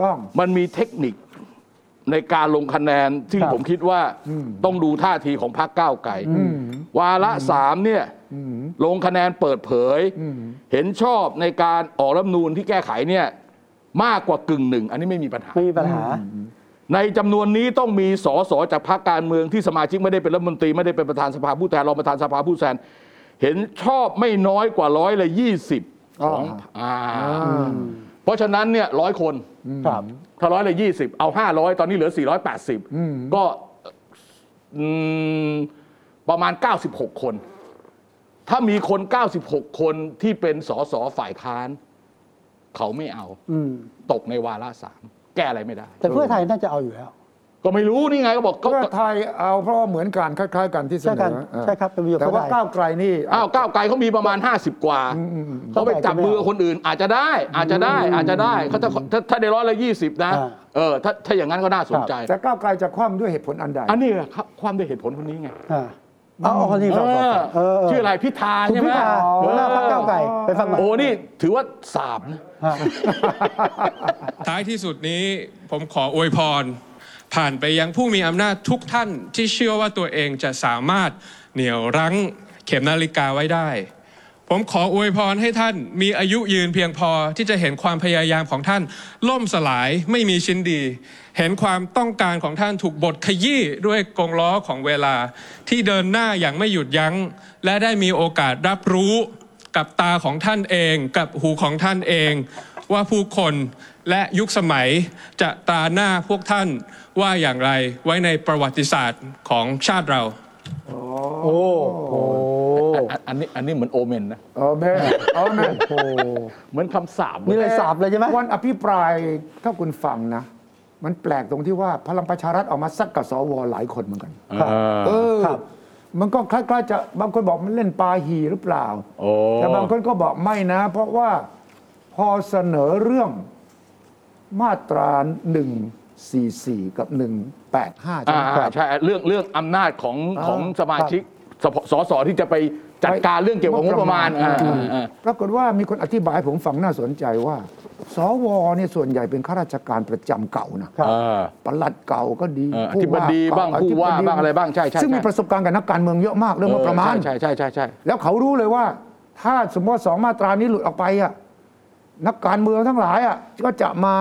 [SPEAKER 2] ต้อง
[SPEAKER 3] มันมีเทคนิคในการลงคะแนน ซึ่ง
[SPEAKER 1] ครับ
[SPEAKER 3] ผมคิดว่าต้องดูท่าทีของพักก้าวไกลวาระสามเนี่ยลงคะแนนเปิดเผย เห็นชอบในการออกรัฐธรรมนูญที่แก้ไขเนี่ยมากกว่ากึ่งหนึ่ง อันนี้ไม่มีปัญหา
[SPEAKER 1] ไม่มีปัญหา
[SPEAKER 3] ในจำนวนนี้ต้องมีสสจากพรรคการเมืองที่สมาชิกไม่ได้เป็นรัฐมนตรีไม่ได้เป็นประธานสภาผู้แทนรองประธานสภาผู้แทนเห็นชอบไม่น้อยกว่าร้อยละยี่สิบของอ่าเพราะฉะนั้นเนี่ยร้อยคน
[SPEAKER 1] ครับ
[SPEAKER 3] ถ้าร้อยละยี่สิบเอาห้าร้อยตอนนี้เหลือสี่ร้อยแปดสิบก็อืมประมาณเก้าสิบหกคน ถ้ามีคนเก้าสิบหกคนที่เป็นสสฝ่ายค้าน เขาไม่เอา
[SPEAKER 1] อืม
[SPEAKER 3] ตกในวาระสามแก้อะไรไม่ได้
[SPEAKER 1] แต่เพื่อไทยน่าจะเอาอยู่แล้ว
[SPEAKER 3] ก็ไม่รู้นี่ไงก็บอกก็
[SPEAKER 2] เพื่อไทยเอาเพราะว่าเหมือนกันคล้าย ๆ กันที่เสน
[SPEAKER 1] ใช่กัน
[SPEAKER 2] อเออ
[SPEAKER 1] ใช่ครับเป็นประโยชน์
[SPEAKER 2] แต่ว่า
[SPEAKER 1] เพื่อไทย
[SPEAKER 2] ก้าวไกลนี่
[SPEAKER 3] อ้าวก้าวไกลเขามีประมาณ 50 กว่าเขาไปจับมือคนอื่น อาจจะได้ อาจจะได้อาจจะได้เขาถ้าถ้าถ้าได้ร้อยละยี่สิบนะ
[SPEAKER 1] อ่า
[SPEAKER 3] เออถ้าถ้าอย่างนั้นก็น่าสนใจ
[SPEAKER 2] แต่ก้าวไกลจะคว่ำด้วยเหตุผลอันใด
[SPEAKER 3] อันนี้ครับความด้วยเหตุผลคนนี้ไง
[SPEAKER 1] อ่าเอาเอาคนนี้ก่อนก่อนก่อนเออเ
[SPEAKER 3] ชื่ออะไรพิธา
[SPEAKER 1] คุณ
[SPEAKER 3] ใช่ไหม
[SPEAKER 1] พิธาหัวหน้าพรรคก้าวไกลไปฟังหน่อย
[SPEAKER 3] โอ้นี่ถือว่าสามนะ
[SPEAKER 1] ฮะ
[SPEAKER 4] ท้ายที่สุดนี้ผมขออวยพร ผ่านไปยังผู้มีอำนาจทุกท่านที่เชื่อว่าตัวเองจะสามารถเหนี่ยวรั้งเข็มนาฬิกาไว้ได้ ผมขออวยพรให้ท่านมีอายุยืนเพียงพอที่จะเห็นความพยายามของท่าน ล่มสลายไม่มีชิ้นดี เห็นความต้องการของท่านถูกบดขยี้ด้วยกงล้อของเวลา ที่เดินหน้าอย่างไม่หยุดยัง้ง และได้มีโอกาสรับรู้กับตาของท่านเอง กับหูของท่านเอง ว่าผู้คนและยุคสมัยจะตราหน้าพวกท่านว่าอย่างไรไว้ในประวัติศาสตร์ของชาติเรา
[SPEAKER 1] โอ้โห
[SPEAKER 3] อันนี้อันนี้เหมือนโอเมนนะ
[SPEAKER 2] เออแม่เออแม่
[SPEAKER 1] โอ้โห
[SPEAKER 3] เหมือนคำสาบเล
[SPEAKER 1] นี่
[SPEAKER 3] ย
[SPEAKER 1] เลยสาบเลยใช่ไหม
[SPEAKER 2] วันอภิปรายถ้าคุณฟังนะ มันแปลกตรงที่ว่าพลังประชารัฐออกมาซักกับสวหลายคนเหมือนกัน
[SPEAKER 3] เออ
[SPEAKER 2] เออ
[SPEAKER 1] ครับ
[SPEAKER 2] มันก็คล้ายๆจะบางคนบอกมันเล่นปาหีหรือเปล่า
[SPEAKER 3] โอ้
[SPEAKER 2] แต่บางคนก็บอกไม่นะ เพราะว่าพอเสนอเรื่องมาตรา144 กับ 185ใช่
[SPEAKER 3] อ่า
[SPEAKER 2] ไหม
[SPEAKER 3] อ่าใช่เรื่องเรื่องอำนาจของ
[SPEAKER 2] อ่า
[SPEAKER 3] ของสมาชิกสภสสที่จะไปจัดการเรื่องเกี่ยวกับงบประมาณอ่าอ่าอ่า
[SPEAKER 2] ปรากฏว่ามีคนอธิบายให้ผมฟังน่าสนใจว่า สวเนี่ยส่วนใหญ่เป็นข้าราชการประจำเก่านะ
[SPEAKER 1] ครับ
[SPEAKER 3] เออ
[SPEAKER 2] ปลัดเก่าก็ดี
[SPEAKER 3] เอออ
[SPEAKER 2] ผู้
[SPEAKER 3] ธิบดีบ้าง
[SPEAKER 2] เก่
[SPEAKER 3] ผู้ว่าบ้างอะไรบ้างใช่ใช่
[SPEAKER 2] ซึ่ง
[SPEAKER 3] ใช่
[SPEAKER 2] มีประสบการณ์กับนักการเมืองเยอะมากเรื่องงบประมาณ
[SPEAKER 3] ใช่ใช่ใช่ใช่
[SPEAKER 2] แล้วเขารู้เลยว่า ถ้าสมมติว่าสองมาตรานี้หลุดออกไปอ่ะนักการเมืองทั้งหลายอ่ะก็จะมา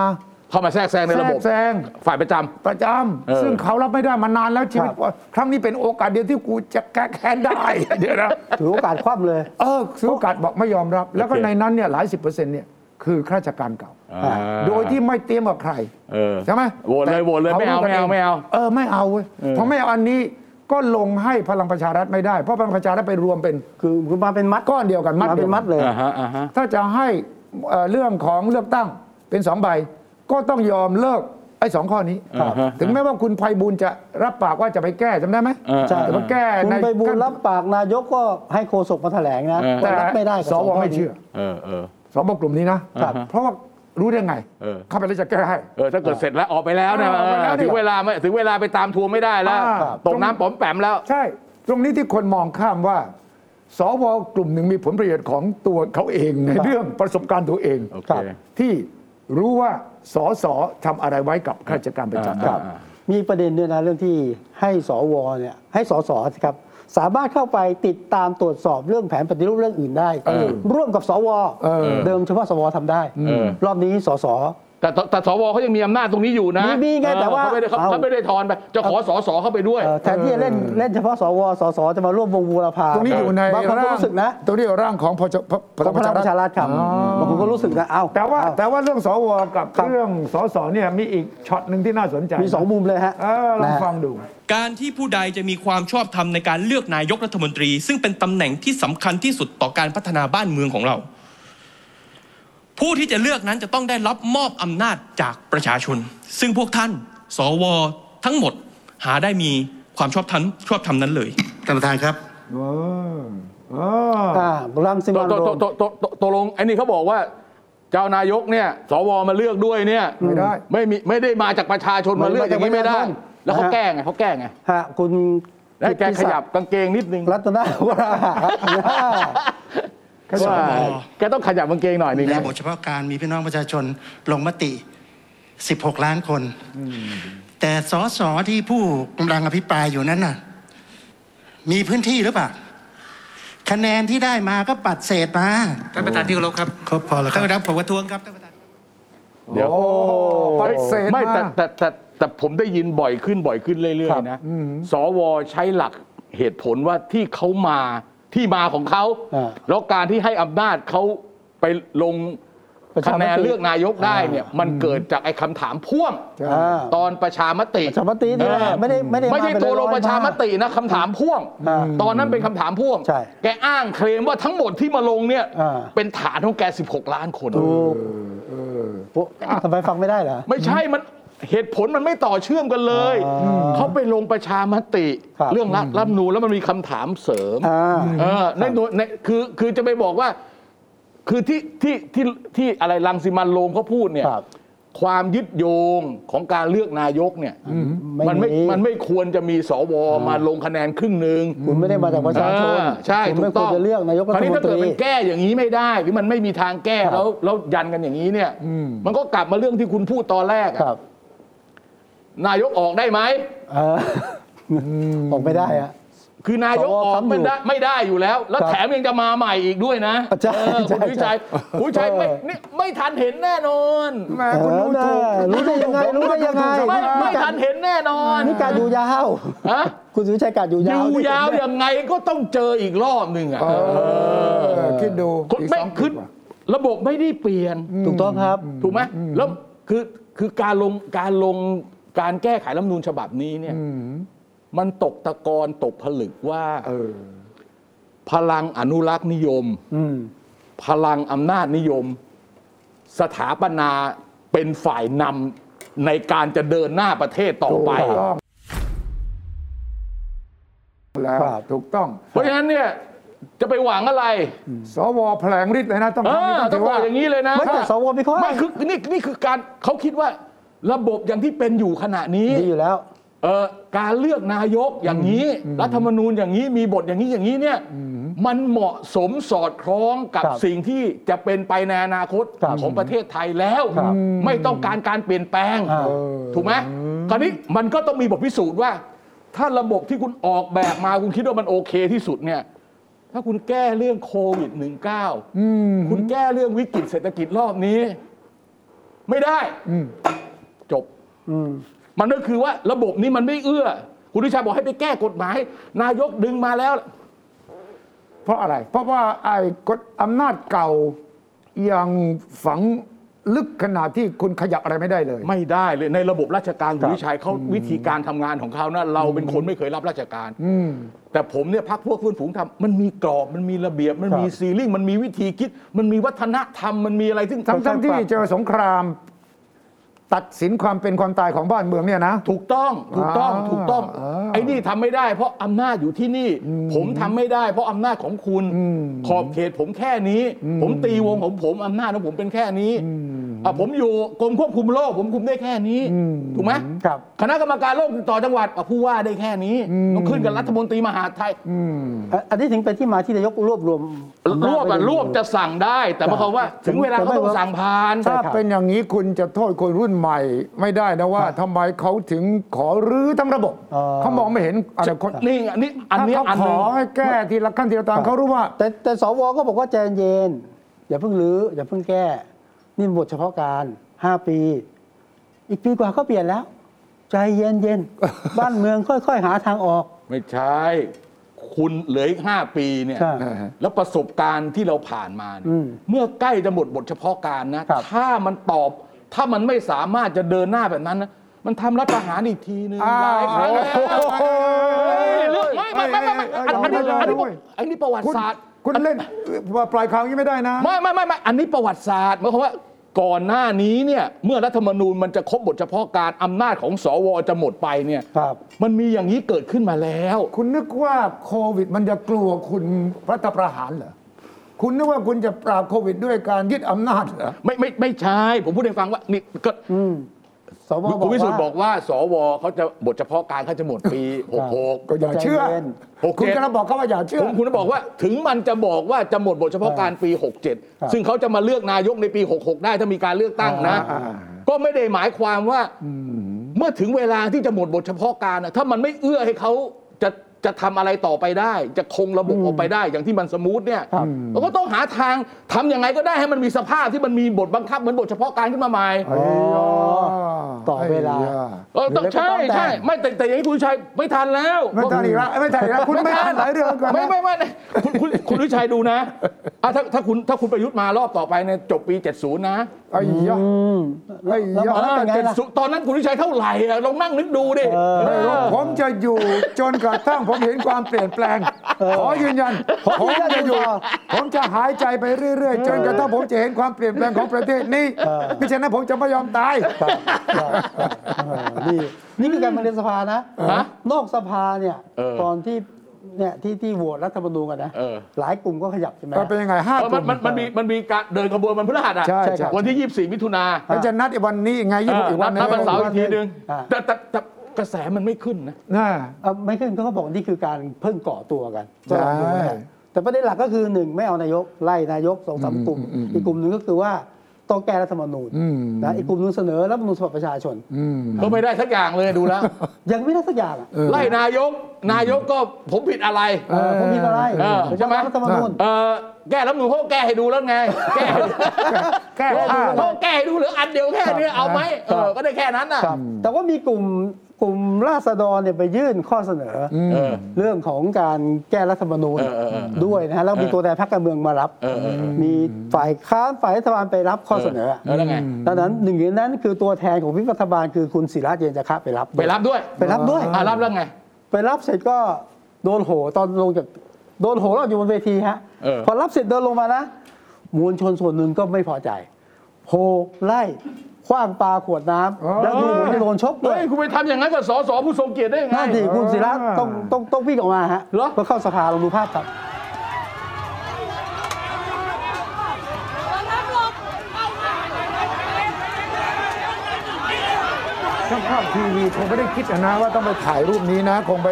[SPEAKER 3] เข้ามาแทรกแซงใน
[SPEAKER 2] แทร
[SPEAKER 3] ระบบ
[SPEAKER 2] กแซง
[SPEAKER 3] ฝ่ายประจ
[SPEAKER 2] ประจ
[SPEAKER 3] เออ
[SPEAKER 2] ำซึ่งเขารับไม่ได้มานานแล้วชีวิ
[SPEAKER 1] ค
[SPEAKER 2] ต
[SPEAKER 1] รับ
[SPEAKER 2] ว่าครั้งนี้เป็นโอกาสเดียวที่กูจะแก้แค้นได้ เดี๋ยวนะ
[SPEAKER 1] ถือโอกาสคว่ำเลย
[SPEAKER 2] เออซื้อโอกาสบอกไม่ยอมรับ แล้วก็
[SPEAKER 3] โอเค
[SPEAKER 2] ในนั้นเนี่ยหลายสิบเปอร์เซ็นต์เนี่ยคือข้าราชการเก่า
[SPEAKER 3] ำอ่า
[SPEAKER 2] โดยที่ไม่เตรียมกับใคร
[SPEAKER 3] เออ
[SPEAKER 2] ใช่ไหม
[SPEAKER 3] โหวตเลยโหวตเลยไม่เอา
[SPEAKER 2] รู้กัน
[SPEAKER 3] ไม่เอา
[SPEAKER 2] ง
[SPEAKER 3] ไม่เอา
[SPEAKER 2] เออไม่เอาเว้ย
[SPEAKER 3] เออ
[SPEAKER 2] เพราะไม่เอาอันนี้ก็ลงให้พลังประชารัฐไม่ได้ เพราะพลังประชารัฐไปรวมเป็น
[SPEAKER 1] คือคือมาเป็นมัด
[SPEAKER 2] ก้อนเดียวกันมัด
[SPEAKER 1] มา
[SPEAKER 2] ดี
[SPEAKER 1] เป็
[SPEAKER 2] ย
[SPEAKER 1] น
[SPEAKER 2] วกั
[SPEAKER 1] มัดเลย
[SPEAKER 3] อ่าฮะอ่าฮะ
[SPEAKER 2] ถ้าจะให้เอ่อเรื่องของเลือกตั้งเป็นสองใบ ก็ต้องยอมเลิก ไอ้สองข้อนี้
[SPEAKER 3] อ่าฮะ
[SPEAKER 2] ถึงแม้ว่าคุณไพบูลย์จะรับปากว่าจะไปแก้จำได้ไหม
[SPEAKER 3] เออ
[SPEAKER 1] ใช่
[SPEAKER 3] เออ
[SPEAKER 2] แต่ว่าแก้
[SPEAKER 1] คุณ
[SPEAKER 2] ใน
[SPEAKER 1] ไปบูล
[SPEAKER 2] ขั้น
[SPEAKER 1] รับปากนายกก็ให้โฆษกมาแถลงนะ
[SPEAKER 3] เออ
[SPEAKER 1] แต่
[SPEAKER 2] แต่
[SPEAKER 1] รับไม่ได้กับส
[SPEAKER 2] ส
[SPEAKER 1] อง
[SPEAKER 2] ว
[SPEAKER 1] ข้อ
[SPEAKER 2] ไม่
[SPEAKER 1] นี้
[SPEAKER 2] เชื่อ
[SPEAKER 3] เออเออ
[SPEAKER 2] สวกลุ่มนี้นะครับ เพราะว่ารู้ได้ไง
[SPEAKER 3] เออ
[SPEAKER 2] เข้าไปแล้วจะแก้ให้
[SPEAKER 3] เออถ้าเกิดเสร็จแล้วออกไปแล้วนะ
[SPEAKER 2] เออออกไปแล้ว
[SPEAKER 3] เออถึงเวลาไม่ถึงเวลาไปตามทวงไม่ได้แล้ว
[SPEAKER 2] อ่า
[SPEAKER 3] ตกน้ำป๋อมแปมแล้ว
[SPEAKER 2] ใช่ ตรงนี้ที่คนมองข้ามว่า สวกลุ่มหนึ่งมีผลประโยชน์ของตัวเขาเองในเรื่องประสบการณ์ตัวเอง
[SPEAKER 3] โอเค
[SPEAKER 1] ครับ
[SPEAKER 2] ที่รู้ว่าสสทำอะไรไว้กับข้าราชการประจำ
[SPEAKER 1] ครับ
[SPEAKER 3] อ่า
[SPEAKER 1] มีประเด็นด้วยนะเรื่องที่ให้สวเนี่ยให้สสสิครับ สามารถเข้าไปติดตามตรวจสอบเรื่องแผนปฏิรูปเรื่องอื่นได้
[SPEAKER 3] เออ
[SPEAKER 1] ร่วมกับสว
[SPEAKER 2] เออ
[SPEAKER 1] เดิมเฉพาะสวทำได้
[SPEAKER 3] เออ
[SPEAKER 1] รอบนี้สส
[SPEAKER 3] แต่ตแต่สวเขายังมีอำนาจตรงนี้อยู่นะ
[SPEAKER 1] มีมีไงแต่ว่า
[SPEAKER 3] เออเขาไม่ได้เขา
[SPEAKER 1] เอา
[SPEAKER 3] เขาไม่ได้ถอนไปจะขอสอสอเข้าไปด้วย
[SPEAKER 1] เอ่อแทนที่จะเล่นเล่นเฉพาะสวสสจะมาร่วมวงบูรพา
[SPEAKER 2] ตรงนี้อยู่ใน
[SPEAKER 1] บางคนก็
[SPEAKER 2] ร่าง
[SPEAKER 1] รู้สึกนะ
[SPEAKER 2] ตรงนี้อยู่ร่างของพจพพ
[SPEAKER 1] ข
[SPEAKER 2] ลั
[SPEAKER 1] อง ง
[SPEAKER 2] ป
[SPEAKER 1] พ
[SPEAKER 2] ระ
[SPEAKER 1] ลังประ
[SPEAKER 2] ชา
[SPEAKER 1] ชา
[SPEAKER 2] รัฐ
[SPEAKER 1] รัฐครับบางคนก็รู้สึกนะเอ้า
[SPEAKER 2] แต่ว่า
[SPEAKER 1] เอ้
[SPEAKER 2] แต่ว่าเรื่องสวกับเรื่องสสเนี่ยมีอีกช็อตหนึ่งที่น่าสนใจ
[SPEAKER 1] มีสองมุมเลยฮะ
[SPEAKER 2] เออลอง
[SPEAKER 1] นะฮะ
[SPEAKER 2] ฟังดู
[SPEAKER 5] การที่ผู้ใดจะมีความชอบธรรมในการเลือกนายกรัฐมนตรี ซึ่งเป็นตำแหน่งที่สำคัญที่สุดต่อการพัฒนาบ้านเมืองของเรา ผู้ที่จะเลือกนั้นจะต้องได้รับมอบอำนาจจากประชาชน ซึ่งพวกท่าน สว ทั้งหมดหาได้มีความชอบธรรมชอบธรรมนั้นเลย
[SPEAKER 6] ท่านประธานครับ
[SPEAKER 2] เออเออ
[SPEAKER 1] อ่ารังสิ
[SPEAKER 3] ต
[SPEAKER 1] มัน
[SPEAKER 3] ต
[SPEAKER 1] โร
[SPEAKER 3] ต
[SPEAKER 1] ม
[SPEAKER 3] ตตตตกลงไอ้นี่เขาบอกว่า เจ้านายกเนี่ย สวมาเลือกด้วยเนี่ย
[SPEAKER 2] ไม่ได้
[SPEAKER 3] ไม่มีไม่ได้มาจากประชาชน
[SPEAKER 1] ไม่
[SPEAKER 3] มาเลือกอย่างนี้
[SPEAKER 1] มาจากป
[SPEAKER 3] ไม่ได้
[SPEAKER 1] ระชาชน
[SPEAKER 3] แล้วเขา
[SPEAKER 1] นะฮะ
[SPEAKER 3] แก้ไงเขาแก้ไง
[SPEAKER 1] ฮะคุณ
[SPEAKER 3] ให้แก
[SPEAKER 1] กิติ
[SPEAKER 3] ข
[SPEAKER 1] ศักดิ์
[SPEAKER 3] ยับกางเกงนิดนึง
[SPEAKER 1] รัตนวราหะ
[SPEAKER 3] ว่าแกต้องขยับกางเกงหน่อยนึง
[SPEAKER 6] และ
[SPEAKER 3] นะ
[SPEAKER 6] บทเฉพาะการมีพี่น้องประชาชนลงมติ 16 ล้านคน แต่สสที่ผู้กำลังอภิปรายอยู่นั้นน่ะ มีพื้นที่หรือเปล่า คะแนนที่ได้มาก็ปัดเศษมา
[SPEAKER 5] ท่านประธานที่เคารพครับ
[SPEAKER 6] ก็พอแล้วค
[SPEAKER 5] ท่าน
[SPEAKER 6] รับ
[SPEAKER 5] ประธานผมประท้วงครับท่านประธาน
[SPEAKER 3] เดี๋ยว
[SPEAKER 2] โอ้ปฏิเสธ
[SPEAKER 3] ไม่แต่
[SPEAKER 2] มาก
[SPEAKER 3] แต่แต่แต่แต่ผมได้ยินบ่อยขึ้นบ่อยขึ้นเรื่อยๆนะสวใช้หลักเหตุผลว่าที่เขามาที่มาของเขา
[SPEAKER 1] อ่า
[SPEAKER 3] แล้วการที่ให้อำนาจเขาไปลง
[SPEAKER 1] ประชา
[SPEAKER 3] คะ
[SPEAKER 1] มติ
[SPEAKER 3] แนนเลือกนายกได้เนี่ยมันเกิดจากไอ้คำถามพ่วง
[SPEAKER 1] อ่า
[SPEAKER 3] ตอนประชามติ
[SPEAKER 1] ประชามตินี่แหละ
[SPEAKER 3] เออ
[SPEAKER 1] ไม่ได้ไม่ได้
[SPEAKER 3] ไม่ใช่
[SPEAKER 1] าเป็น
[SPEAKER 3] ตัวลง
[SPEAKER 1] อยๆ
[SPEAKER 3] ประชาม
[SPEAKER 1] ก
[SPEAKER 3] ตินะคำถามพ่วง
[SPEAKER 1] อ่า
[SPEAKER 3] ตอนนั้นเป็นคำถามพ่วง
[SPEAKER 1] ใช่
[SPEAKER 3] แกอ้างเคลมว่าทั้งหมดที่มาลงเนี่ย
[SPEAKER 1] อ่า
[SPEAKER 3] เป็นฐานของแก 16 ล้านคน
[SPEAKER 1] ถูกโอ้ทำไมฟังไม่ได้เหรอ
[SPEAKER 3] ไม่ใช่มันเหตุผลมันไม่ต่อเชื่อมกันเลย
[SPEAKER 1] อ่า
[SPEAKER 3] เขาไปลงประชามติ
[SPEAKER 1] ครับ
[SPEAKER 3] เรื่องรัฐรัฐธรรมนูญแล้วมันมีคำถามเสริม
[SPEAKER 1] อ่า
[SPEAKER 3] เออในหน่วยในคือคือจะไปบอกว่า คือที่ที่ที่ที่อะไรลังสิมันโรมเขาพูดเนี่ย
[SPEAKER 1] ครับ
[SPEAKER 3] ความยึดโยงของการเลือกนายกเนี่ยมันไม่
[SPEAKER 1] ไม่มี
[SPEAKER 3] มันไม่ควรจะมีสวมาลงคะแนนครึ่งหนึ่ง
[SPEAKER 1] คุณไม่ได้มาจากประชาชน
[SPEAKER 3] เออใช่
[SPEAKER 1] คุณ
[SPEAKER 3] ถู
[SPEAKER 1] ไม่
[SPEAKER 3] ก
[SPEAKER 1] ค
[SPEAKER 3] ต้
[SPEAKER 1] ว
[SPEAKER 3] อ
[SPEAKER 1] รง จะเลือกนายกรั
[SPEAKER 3] ครา
[SPEAKER 1] ฐ
[SPEAKER 3] วนี้
[SPEAKER 1] มน
[SPEAKER 3] ถ้า
[SPEAKER 1] ต
[SPEAKER 3] เกิด
[SPEAKER 1] รี
[SPEAKER 3] มันแก้อย่างนี้ไม่ได้หรือมันไม่มีทางแก้
[SPEAKER 1] ครับ
[SPEAKER 3] แล้วแล้วยันกันอย่างนี้เนี่ยมันก็กลับมาเรื่องที่คุณพูดตอนแรกอะ
[SPEAKER 1] ครับ
[SPEAKER 3] นายกออกได้ไหม
[SPEAKER 1] เอออบอกไม่ได้อะ
[SPEAKER 3] คือนายก
[SPEAKER 1] สว
[SPEAKER 3] ออก
[SPEAKER 1] ค้ำอยู่
[SPEAKER 3] ไม่ได้ไม่ได้อยู่แล้ว แล้ว
[SPEAKER 1] ครับ
[SPEAKER 3] แถมยังจะมาใหม่อีกด้วยนะ
[SPEAKER 1] ใช่
[SPEAKER 3] เออคุณ
[SPEAKER 1] ใช่
[SPEAKER 3] วิชัย
[SPEAKER 1] ใช่
[SPEAKER 3] คุณวิชัยไม่นี่ไม่ทันเห็นแน่นอน
[SPEAKER 2] แหม่คุณรู้ถูก
[SPEAKER 1] เออรู้ได้ยังไงรู้ได้ยังไง
[SPEAKER 3] ไม่ไม่
[SPEAKER 1] นี่กา
[SPEAKER 3] ทั
[SPEAKER 1] ร
[SPEAKER 3] นเห็นแน่นอน
[SPEAKER 1] นี่การอยู่ยาว
[SPEAKER 3] ฮะ
[SPEAKER 1] คุณสุวิชัยการอ
[SPEAKER 3] อ
[SPEAKER 1] ยู่าว
[SPEAKER 3] ยู่ยาวยังไงก็ต้องเจออีกรอบหนึ่งอ่ะ
[SPEAKER 2] เออคิดดู
[SPEAKER 3] คน
[SPEAKER 2] อีก
[SPEAKER 3] ไม่
[SPEAKER 2] สองปี
[SPEAKER 3] คือ
[SPEAKER 2] ว่า
[SPEAKER 3] ระบบไม่ได้เปลี่ยน
[SPEAKER 1] ถูกต้องครับ
[SPEAKER 3] ถูกไหมแล้วคือคือการลงการลงการแก้ไขรัฐธรรมนูญฉบับนี้เนี่ยมันตกตะกอนตกผลึกว่า
[SPEAKER 2] เออ
[SPEAKER 3] พลังอนุรักษ์นิยม
[SPEAKER 1] อืม
[SPEAKER 3] พลังอำนาจนิยม สถาปนาเป็นฝ่ายนำในการจะเดินหน้าประเทศต่อไป
[SPEAKER 2] ถูกต้องแล้ว
[SPEAKER 1] ครับ
[SPEAKER 2] ถูกต้อง
[SPEAKER 3] เพราะฉะนั้นเนี่ยจะไปหวังอะไร
[SPEAKER 2] สวแผลงฤทธิ์เลยนะต้อง
[SPEAKER 3] เออ
[SPEAKER 2] ทำนี่
[SPEAKER 3] ต้อง
[SPEAKER 2] ถื
[SPEAKER 3] บอกอย่างนี้เลยนะ
[SPEAKER 1] ไม่แต่สวมีข้ออ้าง
[SPEAKER 3] ไม่คือนี่นี่คือการเขาคิดว่าระบบอย่างที่เป็นอยู่ขณะนี้
[SPEAKER 1] ดีอยู่แล้ว
[SPEAKER 3] เออการเลือกนายกอย่างนี้ รัฐธรรมนูญอย่างนี้มีบทอย่างนี้อย่างนี้เนี่ยมันเหมาะสมสอดคล้องกับ
[SPEAKER 1] ครับ
[SPEAKER 3] สิ่งที่จะเป็นไปในอนาคต
[SPEAKER 1] ครับ
[SPEAKER 3] ของประเทศไทยแล้ว
[SPEAKER 1] ครับ
[SPEAKER 3] ไม่ต้องการการเปลี่ยนแปลง
[SPEAKER 1] อ่า
[SPEAKER 3] ถูกไหมคราวนี้มันก็ต้องมีบทพิสูจน์ว่า ถ้าระบบที่คุณออกแบบมาคุณคิดว่ามันโอเคที่สุดเนี่ย ถ้าคุณแก้เรื่องโควิด -19 คุณแก้เรื่องวิกฤตเศรษฐกิจรอบนี้ ไม่ได้จบ
[SPEAKER 1] อืม
[SPEAKER 3] มันก็คือว่าระบบนี้มันไม่เอื้อ คุณวิชาบอกให้ไปแก้กฎหมาย นายกดึงมาแล้ว
[SPEAKER 2] เพราะอะไร เพราะว่าไอ้กฎอำนาจเก่ายังฝังลึกขนาดที่คุณขยับอะไรไม่ได้เลย
[SPEAKER 3] ไม่ได้เลยในระบบราชการคุณวิชัยเขาวิธีการทำงานของเขานะเราเป็นคนไม่เคยรับราชการ
[SPEAKER 2] อืม
[SPEAKER 3] แต่ผมเนี่ยพักพวกเพื่อนฝูงทำมันมีกรอบมันมีระเบียบ มันมี
[SPEAKER 1] ครับ
[SPEAKER 3] ซีลิ่งมันมีวิธีคิด มันมีวัฒนธรรมมันมีอะไรซึ่ง
[SPEAKER 2] ทั้ง
[SPEAKER 3] ค่อ
[SPEAKER 2] ทั้
[SPEAKER 3] ย
[SPEAKER 2] ง
[SPEAKER 3] ๆ
[SPEAKER 2] ที่
[SPEAKER 3] ปรับ
[SPEAKER 2] เจอสงคราม ตัดสินความเป็นความตายของบ้านเมืองเนี่ยนะ
[SPEAKER 3] ถูกต้องถูกต้อง
[SPEAKER 2] อ่า
[SPEAKER 3] ถูกต้อง
[SPEAKER 2] อ่า
[SPEAKER 3] ไอ้นี่ทำไม่ได้ เพราะอำนาจอยู่ที่นี่ ผมทำไม่ได้ เพราะอำนาจของคุณ
[SPEAKER 2] อืม
[SPEAKER 3] ขอบเขตผมแค่นี้ ผมตีวงของผมอำนาจของผมเป็นแค่นี้อ่ะผมอยู่กรมควบคุมโรคผมคุมได้แค่นี้
[SPEAKER 2] อืม
[SPEAKER 3] ถูกไหม
[SPEAKER 2] ครับ
[SPEAKER 3] คณะกรรมการโรคติดต่อจังหวัดอ่ะผู้ว่าได้แค่นี้ต้องขึ้นกับรัฐมนตรีมหาดไทย
[SPEAKER 2] อืม
[SPEAKER 1] อ่ะอันนี้ถึงเป็นที่มาที่นายกรวบรวมอำ
[SPEAKER 3] ร
[SPEAKER 1] นาจ
[SPEAKER 3] วบ
[SPEAKER 1] ไใน
[SPEAKER 3] อะ
[SPEAKER 1] มือ
[SPEAKER 3] รวบจะสั่งได้ แต่หมายความว่า ถึงเวลาก็ต้องสั่งผ่าน
[SPEAKER 1] ใช่
[SPEAKER 2] ถ้า
[SPEAKER 1] ครับ
[SPEAKER 2] เป็นอย่างนี้คุณจะโทษคนรุ่นใหม่ไม่ได้นะว่าทำไมเขาถึงขอรื้อทั้งระบบ
[SPEAKER 1] เอ่อ
[SPEAKER 2] เขามองไม่เห็นอนาคต
[SPEAKER 3] นี่อันนี้อัน
[SPEAKER 2] ถ้า
[SPEAKER 3] นี้
[SPEAKER 2] เขา
[SPEAKER 3] อัน
[SPEAKER 2] ข
[SPEAKER 3] หนึ
[SPEAKER 2] อง ให้แก้ทีละขั้นทีละตอนเขารู้ว่า
[SPEAKER 1] แต่แต่สวก็บอกว่าใจเย็นอย่าเพิ่งรื้ออย่าเพิ่งแก้ นี่มันบทเฉพาะการห้าปี อีกปีกว่าก็เปลี่ยนแล้ว ใจเย็นเย็น ๆ บ้านเมืองค่อย ๆ หาทางออก
[SPEAKER 3] ไม่ใช่ คุณเหลืออีกห้าปีเนี่ย
[SPEAKER 1] ใช่
[SPEAKER 3] แล้วประสบการณ์ที่เราผ่านมาเนี่ย
[SPEAKER 1] อืม
[SPEAKER 3] เมื่อใกล้จะหมดบทเฉพาะการนะ
[SPEAKER 1] ครับ
[SPEAKER 3] ถ้ามันตอบ ถ้ามันไม่สามารถจะเดินหน้าแบบนั้นนะ มันทำรัฐประหารอีกทีหนึง
[SPEAKER 2] อ้าว
[SPEAKER 3] หลายครั้งแล้ว
[SPEAKER 2] โอ้โห
[SPEAKER 3] เรื่องไม่ไม่ไม่ไม่ไม่อันอันนี้อันนี้
[SPEAKER 2] เอ้ย
[SPEAKER 3] อันนี้ประวัติ
[SPEAKER 2] คุณ
[SPEAKER 3] ศาสตร์
[SPEAKER 2] คุณเล่นปล่อยข่าวอย่างนี้ไม่ได้นะ
[SPEAKER 3] ไม่ไม่ไม่ไม่อันนี้ประวัติศาสตร์หมายความว่าก่อนหน้านี้เนี่ยเมื่อรัฐธรรมนูญมันจะครบบทเฉพาะการอำนาจของสวจะหมดไปเนี่ย
[SPEAKER 1] ครับ
[SPEAKER 3] มันมีอย่างนี้เกิดขึ้นมาแล้ว
[SPEAKER 2] คุณนึกว่าโควิดมันจะกลัวคุณรัฐประหารเหรอคุณนึกว่าคุณจะปราบโควิดด้วยการยึดอำนาจเหรอ
[SPEAKER 3] ไม่ไม่ไม่ใช่ผมพูดให้ฟังว่านี่ก็
[SPEAKER 1] อืมสวบอก
[SPEAKER 3] คุณวิสุทธ์บ
[SPEAKER 1] ว่า
[SPEAKER 3] อกว่า สวเขาจะบทเฉพาะการเขาจะหมดปี
[SPEAKER 2] ก็อย่าเชื่อ
[SPEAKER 1] ใจเย็น
[SPEAKER 2] คุณกำลังบอกเขาว่าอย่า
[SPEAKER 3] 66
[SPEAKER 2] เชื่อ
[SPEAKER 3] ผมคุณบอกว่าถึงมันจะบอกว่าจะหมดบทเฉพาะการปี
[SPEAKER 1] ครับ
[SPEAKER 3] 67 ซึ่งเขาจะมาเลือกนายกในปี 66 ได้ถ้ามีการเลือกตั้งนะ
[SPEAKER 2] อ่าอ่า
[SPEAKER 3] ก็ไม่ได้หมายความว่า เมื่อถึงเวลาที่จะหมดบทเฉพาะการน่ะถ้ามันไม่เอื้อให้เขาจะจะทำอะไรต่อไปได้ จะคงระบบออกไปได้อย่างที่มันสมูทเนี่ยเราก็ต้องหาทางทำยังไงก็ได้ให้มันมีสภาพที่มันมีบทบังคับเหมือนบทเฉพาะการขึ้นมาใหม่
[SPEAKER 1] อ๋อต่อเวลา
[SPEAKER 2] ไย
[SPEAKER 3] เออต้องใช่ใช่ไม่แต่แต่อยังนี้คุณวิชัยไม่ทันแล้ว
[SPEAKER 2] ไม่ทันอีกแล้วไม่ทันอีกแล้วคุณไม่ทันหลายเรื่องก่อน
[SPEAKER 3] ไม่
[SPEAKER 2] นะ
[SPEAKER 3] ไม่ไม่คุณคุณคุณวิชัยดูนะอ่ะถ้าถ้าคุณถ้าคุณประยุทธ์มารอบต่อไปเนี่ยจบปี 70 นะ
[SPEAKER 2] ไอ้ยะ
[SPEAKER 1] อืม
[SPEAKER 2] เฮ้ย
[SPEAKER 1] แล้วแล้วเป็นไง
[SPEAKER 3] เจ็ด
[SPEAKER 1] ล่ะ
[SPEAKER 3] สิบตอนนั้นคุณวิชัยเท่าไหร่อ่ะลองนั่งนึกดูดิ
[SPEAKER 1] เออ
[SPEAKER 2] ผมจะอยู่จนกระทั่งผมเห็นความเปลี่ยนแปลง ขอยืนยัน
[SPEAKER 1] ผ
[SPEAKER 2] ผมม
[SPEAKER 1] จะ
[SPEAKER 2] จะ
[SPEAKER 1] อยู่
[SPEAKER 2] อยู่
[SPEAKER 1] ต่อ
[SPEAKER 2] ผมจะหายใจไปเรื่อย ๆ จนกระทั่งผมจะเห็นความเปลี่ยนแปลงของประเทศนี้ไม่ฉะนั้นผมจะไม่ยอมตาย
[SPEAKER 1] ครับครับเออนี่นี่คือการมาเรียนสภานะ
[SPEAKER 3] ฮะ
[SPEAKER 1] นอกสภาเนี่ย
[SPEAKER 3] เออ
[SPEAKER 1] ตอนที่เนี่ยที่ที่โหวตรัฐธรรมนูญกันนะ
[SPEAKER 3] เออ
[SPEAKER 1] หลายกลุ่มก็ขยับใช่ไหม
[SPEAKER 2] ก็เป็นยังไงห้า
[SPEAKER 3] เออ
[SPEAKER 2] ค
[SPEAKER 3] มัน
[SPEAKER 2] น
[SPEAKER 3] มันมันมีมันมีการเดินขบวนมันพฤหัสอ่ะ
[SPEAKER 2] ใช่ใช่
[SPEAKER 3] วันที่ 24 มิถุนา
[SPEAKER 2] เราจะนัดอีกวันนี้ไงยี่สิบหกอีกวันหนึ
[SPEAKER 3] นัด
[SPEAKER 2] ง
[SPEAKER 3] วันเสาร์อีกทีนึง
[SPEAKER 1] อ่า
[SPEAKER 3] แต่แต่แต่กระแสมันไม่ขึ้นนะ
[SPEAKER 2] น่า
[SPEAKER 1] เอ่อไม่ขึ้นเขาก็บอกนี่คือการเพิ่งก่อตัวกัน
[SPEAKER 2] ใช่
[SPEAKER 1] ก็ลองดูนะฮะแต่ประเด็นหลักก็คือหนึ่งไม่เอานายกไล่นายกสองสามกลุ่ม อีกกลุ่มหนึ่งก็คือว่าต้องแก้รัฐธรรมนูญนะอีกกลุ่มหนึงเสนอรัฐธรรมนูญฉบับประชาชน
[SPEAKER 3] ก็ไม่ได้สักอย่างเลยดูแล้ว
[SPEAKER 1] ยังไม่ได้สักอย่างอ่ะ
[SPEAKER 3] ไล่นายก นายกก็ผมผิดอะไร
[SPEAKER 1] เออผมมีอะไร
[SPEAKER 3] เออใช่ไหม
[SPEAKER 1] รัฐธรรมนูญ
[SPEAKER 3] เออแก้รัฐธรรมนูญเขาก็แก้ให้ดูแล้วไง แก้ให้ดู
[SPEAKER 2] แก้ผ้า
[SPEAKER 3] เขาแก้ให้ดูเหลืออันเดียวแค่นี้เอาไหมเอ
[SPEAKER 1] ครั
[SPEAKER 3] อบ ก็ได้แค่นั้นน่ะ
[SPEAKER 1] ครับแต่ว่ามีกลุ่มกลุ่มราษฎรเนี่ยไปยื่นข้อเสนออ
[SPEAKER 3] เออ
[SPEAKER 1] เรื่องของการแก้รัฐธรรมนูญ
[SPEAKER 3] เออเออเออ
[SPEAKER 1] ด้วยนะฮะแล้วมีตัวแทนพรรคการเมืองมารับ
[SPEAKER 3] เออเออเออ
[SPEAKER 1] มีฝ่ายค้านฝ่ายรัฐบาลไปรับข้อเสนออะ
[SPEAKER 3] แล้วไง
[SPEAKER 1] ดังนั้นหนึ่งในนั้นคือตัวแทนของวิปรัฐบาลคือคุณศิระเจนจะคะไปรับ
[SPEAKER 3] ไปรับด้วย
[SPEAKER 1] ไปรับด้วย
[SPEAKER 3] อ่ารับแล้วไง
[SPEAKER 1] ไปรับเสร็จก็โดนโหตอนลงจากโดนโหเราอยู่บนเวทีฮะ
[SPEAKER 3] เออ
[SPEAKER 1] พอรับเสร็จเดินลงมานะมวลชนส่วนหนึ่งก็ไม่พอใจโหไล่คว้างปลาขวดน้ำแล้วดูเหมือนจะโดนชกด้ว
[SPEAKER 3] เฮ้
[SPEAKER 1] ย
[SPEAKER 3] ยคุณไปทำอย่างนั้นกับสสผู้ทรงเกียรติได้ยังไง
[SPEAKER 1] นั่นดิคุณศิระต้องต้องต้องวิ่งออกมาฮะ
[SPEAKER 3] เหรอ
[SPEAKER 1] เพื่อเข้าสภาลองดูภาพครับ
[SPEAKER 2] ช่างภาพทีวีคงไม่ได้คิดนะว่าต้องไปถ่ายรูปนี้นะ คงไป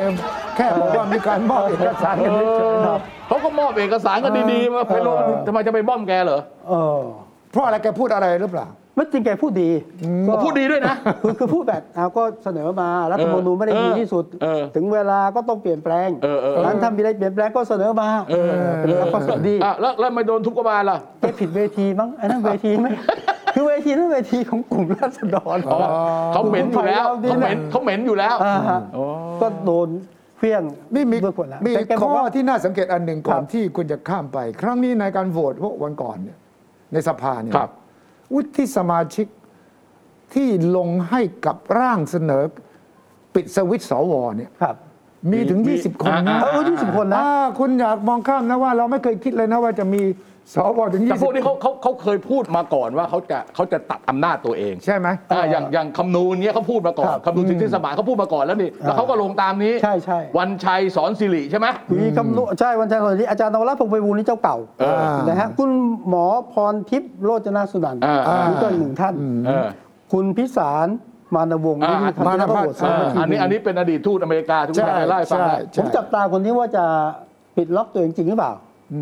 [SPEAKER 2] แค่บอกว่ามีการมอบเอกสารกันเฉยๆครับ
[SPEAKER 3] เขาก็มอบเอกสารกันดีๆมาไปลงทำไมจะไปบ้อมแกเหรอ
[SPEAKER 1] เออ
[SPEAKER 2] เพราะอะไรแกพูดอะไรหรือเปล่า
[SPEAKER 1] ไม่จริงแกพูดดีก็
[SPEAKER 3] พูดดีด้วยนะ
[SPEAKER 1] คือ คือพูดแบบเอาก็เสนอมารัฐธรรมนูญไม่ได้ดีที่สุด
[SPEAKER 3] เออ
[SPEAKER 1] ถึงเวลาก็ต้องเปลี่ยนแปลง
[SPEAKER 3] เออเออเออ
[SPEAKER 1] นั้นถ้ามีอะไรเปลี่ยนแปลงก็เสนอมาเป็นข้อเสนอดี
[SPEAKER 3] อ่ะแล้วแล้วไม่โดนทุกกบาลล่ะ
[SPEAKER 1] ไปผิดเวทีมั้งอันนั้นเวทีไห มคือเวทีนั้นเวทีของกลุ่มราษฎร
[SPEAKER 3] อ๋อเขาเหม็นอยู่แล้ว
[SPEAKER 1] ผมพ
[SPEAKER 3] เขา
[SPEAKER 1] ยายามดีนะ
[SPEAKER 3] เหม็นเขาเหม็นอยู่แล้ว
[SPEAKER 1] อ่าฮะก็โดนเครื่อง
[SPEAKER 2] นี่มี
[SPEAKER 1] ด้วยขวดละ
[SPEAKER 2] มี
[SPEAKER 1] แต่แกบ
[SPEAKER 2] ข้
[SPEAKER 1] ก
[SPEAKER 2] อ
[SPEAKER 1] ว่า
[SPEAKER 2] ที่น่าสังเกตอันหนึ่ง
[SPEAKER 1] ค
[SPEAKER 2] ก่อ
[SPEAKER 1] น รับ
[SPEAKER 2] ที่คุณจะข้ามไป ครั้งนี้ในการโหวตพวกวันก่อนเนี่ยในสภาเนี่ย
[SPEAKER 3] ครับ
[SPEAKER 2] วุฒิสมาชิกที่ลงให้กับร่างเสนอ ปิดสวิตช์สวเนี่ย
[SPEAKER 1] ครับ
[SPEAKER 2] มีถึง 20 คนนะ
[SPEAKER 1] เออยี่สิบคนนะ
[SPEAKER 2] อ่าคุณอยากมองข้ามนะว่าเราไม่เคยคิดเลยนะว่าจะมี สวถึง
[SPEAKER 3] แต่
[SPEAKER 2] ยี่
[SPEAKER 3] พ
[SPEAKER 2] สิ
[SPEAKER 3] วก
[SPEAKER 2] บ
[SPEAKER 3] นี้เขาเขาเขาเคยพูดมาก่อนว่าเขาจะเขาจะตัดอำนาจตัวเอง
[SPEAKER 2] ใช่ไหม
[SPEAKER 3] อ่าอย่างอย่างคำนูนเนี้ยเขาพูดมาก่อน
[SPEAKER 1] ครับ
[SPEAKER 3] คำนูนสิทธิสมานเขาพูดมาก่อนแล้วนี่แล้วเขาก็ลงตามนี้
[SPEAKER 1] ใช่ใช่
[SPEAKER 3] วันชัยสอนสิริใช่ไหม
[SPEAKER 1] มีคำนวณใช่วันจันทร์วันนี้อาจารย์นวรัตน์พงศ์ไพบูลย์นี่เจ้าเก่า
[SPEAKER 3] เออ
[SPEAKER 1] นะฮะคุณหมอพรทิพย์โรจนสุนันท์
[SPEAKER 3] อ่าอ่า
[SPEAKER 1] นี่ก็หนึ่งท่าน
[SPEAKER 3] เออ
[SPEAKER 1] คุณพิสารมานวงศ์
[SPEAKER 3] อ่า
[SPEAKER 1] นี่ทำ
[SPEAKER 2] มา
[SPEAKER 1] ที่
[SPEAKER 2] น
[SPEAKER 1] นัก
[SPEAKER 2] พัฒน์
[SPEAKER 1] บวชสา
[SPEAKER 3] อ่า
[SPEAKER 1] มัคคี
[SPEAKER 3] อันนี้อันนี้เป็นอดีตทูตอเมริกาทุกท่านไล่าให้ฟังนะ
[SPEAKER 1] ผมจับตาคนที่ว่าจะปิดล็อกตัวเองจริงหรือเปล่า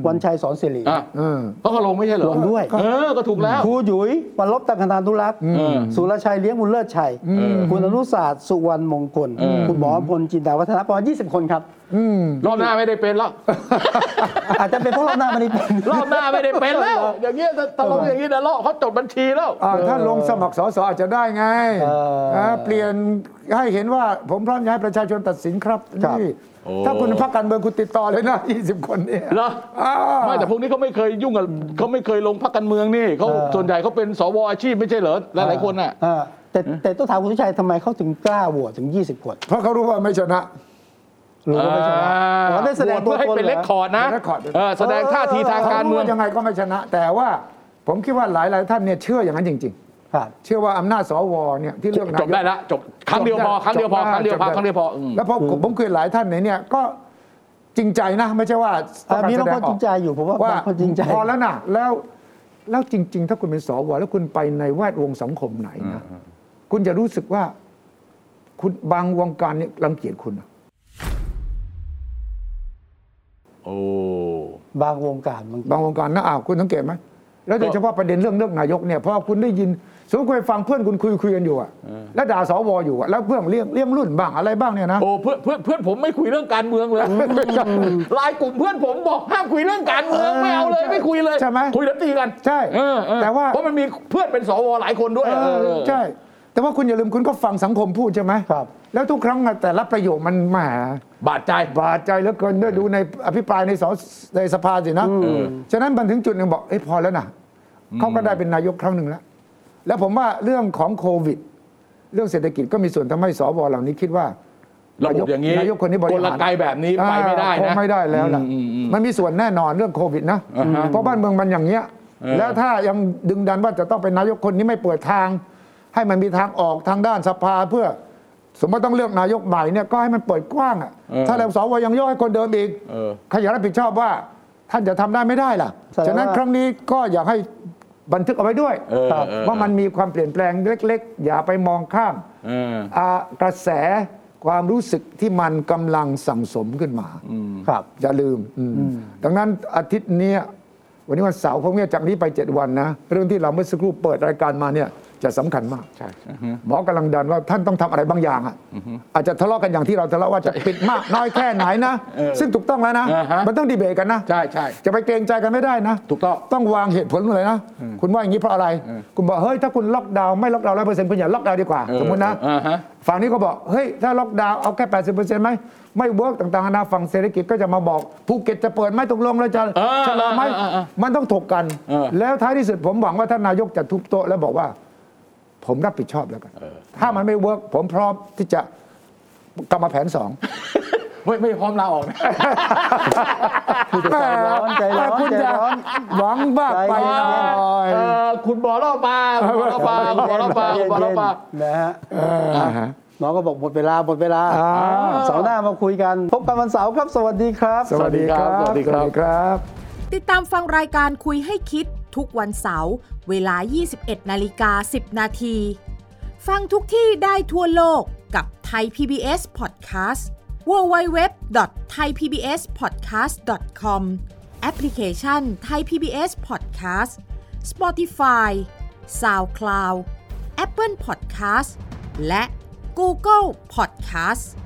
[SPEAKER 1] วันชัยสอนสิริ
[SPEAKER 3] อ่ะ
[SPEAKER 2] เออ
[SPEAKER 3] เขาก็ลงไม่ใช่เหรอ
[SPEAKER 1] ลงด้วย
[SPEAKER 3] เออก็ถูกแล้ว
[SPEAKER 1] ครูหยุยวันลบตังคณานุรัตน์
[SPEAKER 3] เออ
[SPEAKER 1] สุรชัยเลี้ยงบุญเลิศชัย คุณอนุศาสตร์สุวรรณมงคล
[SPEAKER 3] เออ
[SPEAKER 1] คุณหมอพลจินดาวัฒนะประมาณ20 คนครับ
[SPEAKER 2] อืม
[SPEAKER 3] รอบหน้าไม่ได้เป็นแล้ว
[SPEAKER 1] อาจจะเป็นเพราะรอบหน้ามันนี่เป็น
[SPEAKER 3] รอบหน้าไม่ได้เป็นแล้ว อย่างเงี้ยถ้าถ้าลงอย่างงี้นะลอกเขาจดบัญชีแล้ว
[SPEAKER 2] อ่าถ้าลงสมัครสอสออาจจะได้ไง
[SPEAKER 1] เอออ่
[SPEAKER 2] าเปลี่ยนให้เห็นว่าผมพร้อมจะให้ประชาชนตัดสินครับ
[SPEAKER 1] ครับ
[SPEAKER 2] นี่ถ้าคุณพักการเมืองคุณติดต่อเลยนะ 20 คนเนี่ย
[SPEAKER 3] เหรอ
[SPEAKER 2] อ่า
[SPEAKER 3] ไม่แต่พวกนี้เขาไม่เคยยุ่งกับเขาไม่เคยลงพรรคการเมืองนี่เขาส่วนใหญ่เขาเป็นสวอาชีพไม่ใช่เหรอหลายหลายๆคนน่ะ
[SPEAKER 1] อ่าแต่แต่ต้องถามคุณวิชัยทำไมเขาถึงกล้าโหวตถึง 20 คน
[SPEAKER 2] เพราะเขารู้ว่าไม่ชนะ
[SPEAKER 1] หรือว่าไม่ใช่นะอ๋อได้แสดงตัว
[SPEAKER 3] โหตเพื่อให้
[SPEAKER 1] ตน
[SPEAKER 3] เป็น
[SPEAKER 1] หร
[SPEAKER 3] เล
[SPEAKER 1] อ
[SPEAKER 3] คคอร์ดนะ
[SPEAKER 2] เป็น record ด้วย
[SPEAKER 3] เออแสดงท่าทีทางการเมือง
[SPEAKER 2] ขว่ยังไงก็ไม่ชนะ แต่ว่าผมคิดว่าหลาย ๆ ท่านเนี่ยเชื่ออย่างนั้นจริง
[SPEAKER 1] ครับ
[SPEAKER 2] ๆ เชื่อว่าอำนาจสวเนี่ยที่เลือกนายก
[SPEAKER 3] จบได้ละจบครั้งเดียวพอครั้งเดียวพอ
[SPEAKER 2] จบ
[SPEAKER 3] ค
[SPEAKER 2] ไ
[SPEAKER 3] รั้งเดียวพอครั้งเดียวพออืม
[SPEAKER 2] แล้วพอผมผมคุยหลายท่านในเนี่ยก็จริงใจนะไม่ใช่ว่าต้อการ
[SPEAKER 1] อ่ะมีบาง
[SPEAKER 2] แส
[SPEAKER 1] คน
[SPEAKER 2] ดก
[SPEAKER 1] จริงใจอยู่ผมว่า
[SPEAKER 2] ว่า
[SPEAKER 1] บางคนจริงใจ
[SPEAKER 2] พอแล้วนะแล้วแล้วจริง ๆ ถ้าคุณเป็นสวแล้วคุณไปในแวดวงสังคมไหนนะคุณจะรู้สึกว่า คุณบางวงการเนี่ยรังเกียจคุณนะ
[SPEAKER 3] โอ้
[SPEAKER 1] บางวงการบาง
[SPEAKER 2] บางวงการนะอ้าวคุณสังเกตไหมแล้วโดยเฉพาะประเด็นเรื่องเลือกนายกเนี่ยเพราะว่าคุณได้ยินสมมติคุณไปฟังเพื่อนคุณคุยคุยกันอยู่อะแล้วด่าสวอยู่อะแล้วเพื่อนเลี่ยงเลี่ยงรุ่นบ้างอะไรบ้างเนี่ยนะ
[SPEAKER 3] โอ้เพื่อนเพื่อนเพื่อนผมไม่คุยเรื่องการเมืองเลย ไลายกลุ่มเพื่อนผมบอกห้ามคุยเรื่องการเมือง
[SPEAKER 2] เออ
[SPEAKER 3] ไม่เอาเลยไม่คุยเลย
[SPEAKER 2] ใช่ไหม
[SPEAKER 3] คุยแล้วตีกัน
[SPEAKER 2] ใช่
[SPEAKER 3] เออเออ
[SPEAKER 2] แต่ว่า
[SPEAKER 3] เพราะมันมีเพื่อนเป็นสวหลายคนด้วย
[SPEAKER 2] เออ
[SPEAKER 3] เออ
[SPEAKER 2] ใช่ แต่ว่าคุณอย่าลืมคุณก็ฟังสังคมพูดใช่ไหม
[SPEAKER 1] ครับ
[SPEAKER 2] แล้วทุกครั้งอะแต่ละประโยคมันแหม
[SPEAKER 3] บาดใจ
[SPEAKER 2] บาดใจเหลือเกินด้วยดูในอภิปรายในสในสภาสินะ ฉะนั้นมันถึงจุดหนึ่งบอกเอ้ยพอแล้วนะเขาก็ได้เป็นนายกครั้งหนึ่งแล้ว แล้วผมว่าเรื่องของโควิด เรื่องเศรษฐกิจก็มีส่วนทำให้สวเหล่านี้คิดว่า
[SPEAKER 3] ระบบอย่างนี้
[SPEAKER 2] นายกคนนี้บริหาร
[SPEAKER 3] กลไกแบบนี้ไปไม่ได้นะ
[SPEAKER 2] อ่าคงไม่ได้แล้วล่ะ
[SPEAKER 3] อืมอืมอืม
[SPEAKER 2] มันมีส่วนแน่นอนเรื่องโควิดนะ
[SPEAKER 3] อ่าฮะ
[SPEAKER 2] เพราะบ้านเมืองมันอย่างเงี้ย
[SPEAKER 3] เออ
[SPEAKER 2] แล้วถ้ายังดึงดันว่าจะต้องเป็นนายกคนนี้ไม่เปิดทาง ให้มันมีทางออกทางด้านสภาเพื่อ สมมติต้องเลือกนายกใหม่เนี่ยก็ให้มันเปิดกว้างอ่ะ
[SPEAKER 3] เออ
[SPEAKER 2] ถ้าแรงสวยังย่อให้คนเดิมอีก
[SPEAKER 3] เออ
[SPEAKER 2] ใครอยากรับผิดชอบว่า ท่านจะทำได้ไม่ได้ล่ะ
[SPEAKER 1] แสดงว่า
[SPEAKER 2] ฉะนั้นครั้งนี้ก็อยากให้บันทึกเอาไว้ด้วย
[SPEAKER 3] เออเออ
[SPEAKER 2] ว่ามันมีความเปลี่ยนแปลงเล็ก ๆ อย่าไปมองข้าม
[SPEAKER 3] เออ
[SPEAKER 2] อ่ากระแสความรู้สึกที่มันกำลังสั่งสมขึ้นมา
[SPEAKER 1] ครับ
[SPEAKER 2] อย่าลืมอืมดังนั้นอาทิตย์เนี้ยวันนี้วันเสาร์ผมเนี่ยจากนี้ไปเจ็ดวันนะ เรื่องที่เราเมื่อสักครู่เปิดรายการมาเนี่ยจะสำคัญมาก
[SPEAKER 3] ใช่
[SPEAKER 2] หมอกำลังดันว่าท่านต้องทำอะไรบางอย่างอ่ะอาจจะทะเลาะกันอย่างที่เราทะเลาะว่าจะปิดมาก น้อยแค่ไหนนะ ซึ่งถูกต้องแล้วนะ
[SPEAKER 3] อ่าฮะ
[SPEAKER 2] มันต้องดีเบตกันนะ
[SPEAKER 3] ใช่ใช่
[SPEAKER 2] จะไปเกรงใจกันไม่ได้นะ
[SPEAKER 3] ถูกต้อง
[SPEAKER 2] ต้องวางเหตุผลอะไรนะ คุณว่าอย่างนี้เพราะอะไร คุณบอกเฮ้ยถ้าคุณล็อกดาวน์ไม่ล็อกดาวน์ร้อยเปอร์เซ็นต์คุณอย่าล็อกดาวน์ดีกว่า
[SPEAKER 3] เออ
[SPEAKER 2] สมมตินะ
[SPEAKER 3] อ่าฮะ
[SPEAKER 2] ฝั่งนี้ก็บอกเฮ้ยถ้าล็อกดาวน์เอาแค่แปดสิบเปอร์เซ็นต์ไหมไม่เวิร์กต่างๆนานาฝั่งเศรษฐกิจก็จะมาบอกภูเก็ตจะเปิดไหมตกลงแล้วจะ
[SPEAKER 3] เออ
[SPEAKER 2] ชะลอไหม
[SPEAKER 3] เออเออเออ
[SPEAKER 2] มันต้องถกกัน
[SPEAKER 3] เออ
[SPEAKER 2] แล้วท้ายที่สุดผมหวังว่าท่านนายกจะทุบโต๊ะแล้วบอกว่า ผมรับผิดชอบแล้วกันถ้ามันไม่เวิร์กผมพร้อมที่จะกลับมาแผนสอง
[SPEAKER 3] ไม่ไม่พร้อมลาออกนะ
[SPEAKER 1] ใจร้อนใจร้อน
[SPEAKER 2] คุณ
[SPEAKER 1] ใจ
[SPEAKER 2] จะ
[SPEAKER 1] ร้อน
[SPEAKER 2] หวังบ้ากไปหน่อย
[SPEAKER 3] เอ่อคุณบอลอปลาคุณบอลอปลาคุณบอลอปลาคุณบอลอปลา
[SPEAKER 1] นะฮะน้องก็บอกหมดเวลาหมดเวลา
[SPEAKER 2] อ่า
[SPEAKER 1] เสาร์หน้ามาคุยกัน พบกันวันเสาร์ครับ สวัสดีครับ
[SPEAKER 2] สวัสดีครับ
[SPEAKER 3] สวัสดีครับ
[SPEAKER 2] สวัสดีครับ
[SPEAKER 7] ติดตามฟังรายการคุยให้คิดทุกวันเสาร์เวลา 21 นาฬิกา 10 นาที ฟังทุกที่ได้ทั่วโลกกับไทย PBS Podcast www.thaipbspodcast.com แอปพลิเคชัน Thai PBS Podcast Spotify SoundCloud Apple Podcast และ Google Podcast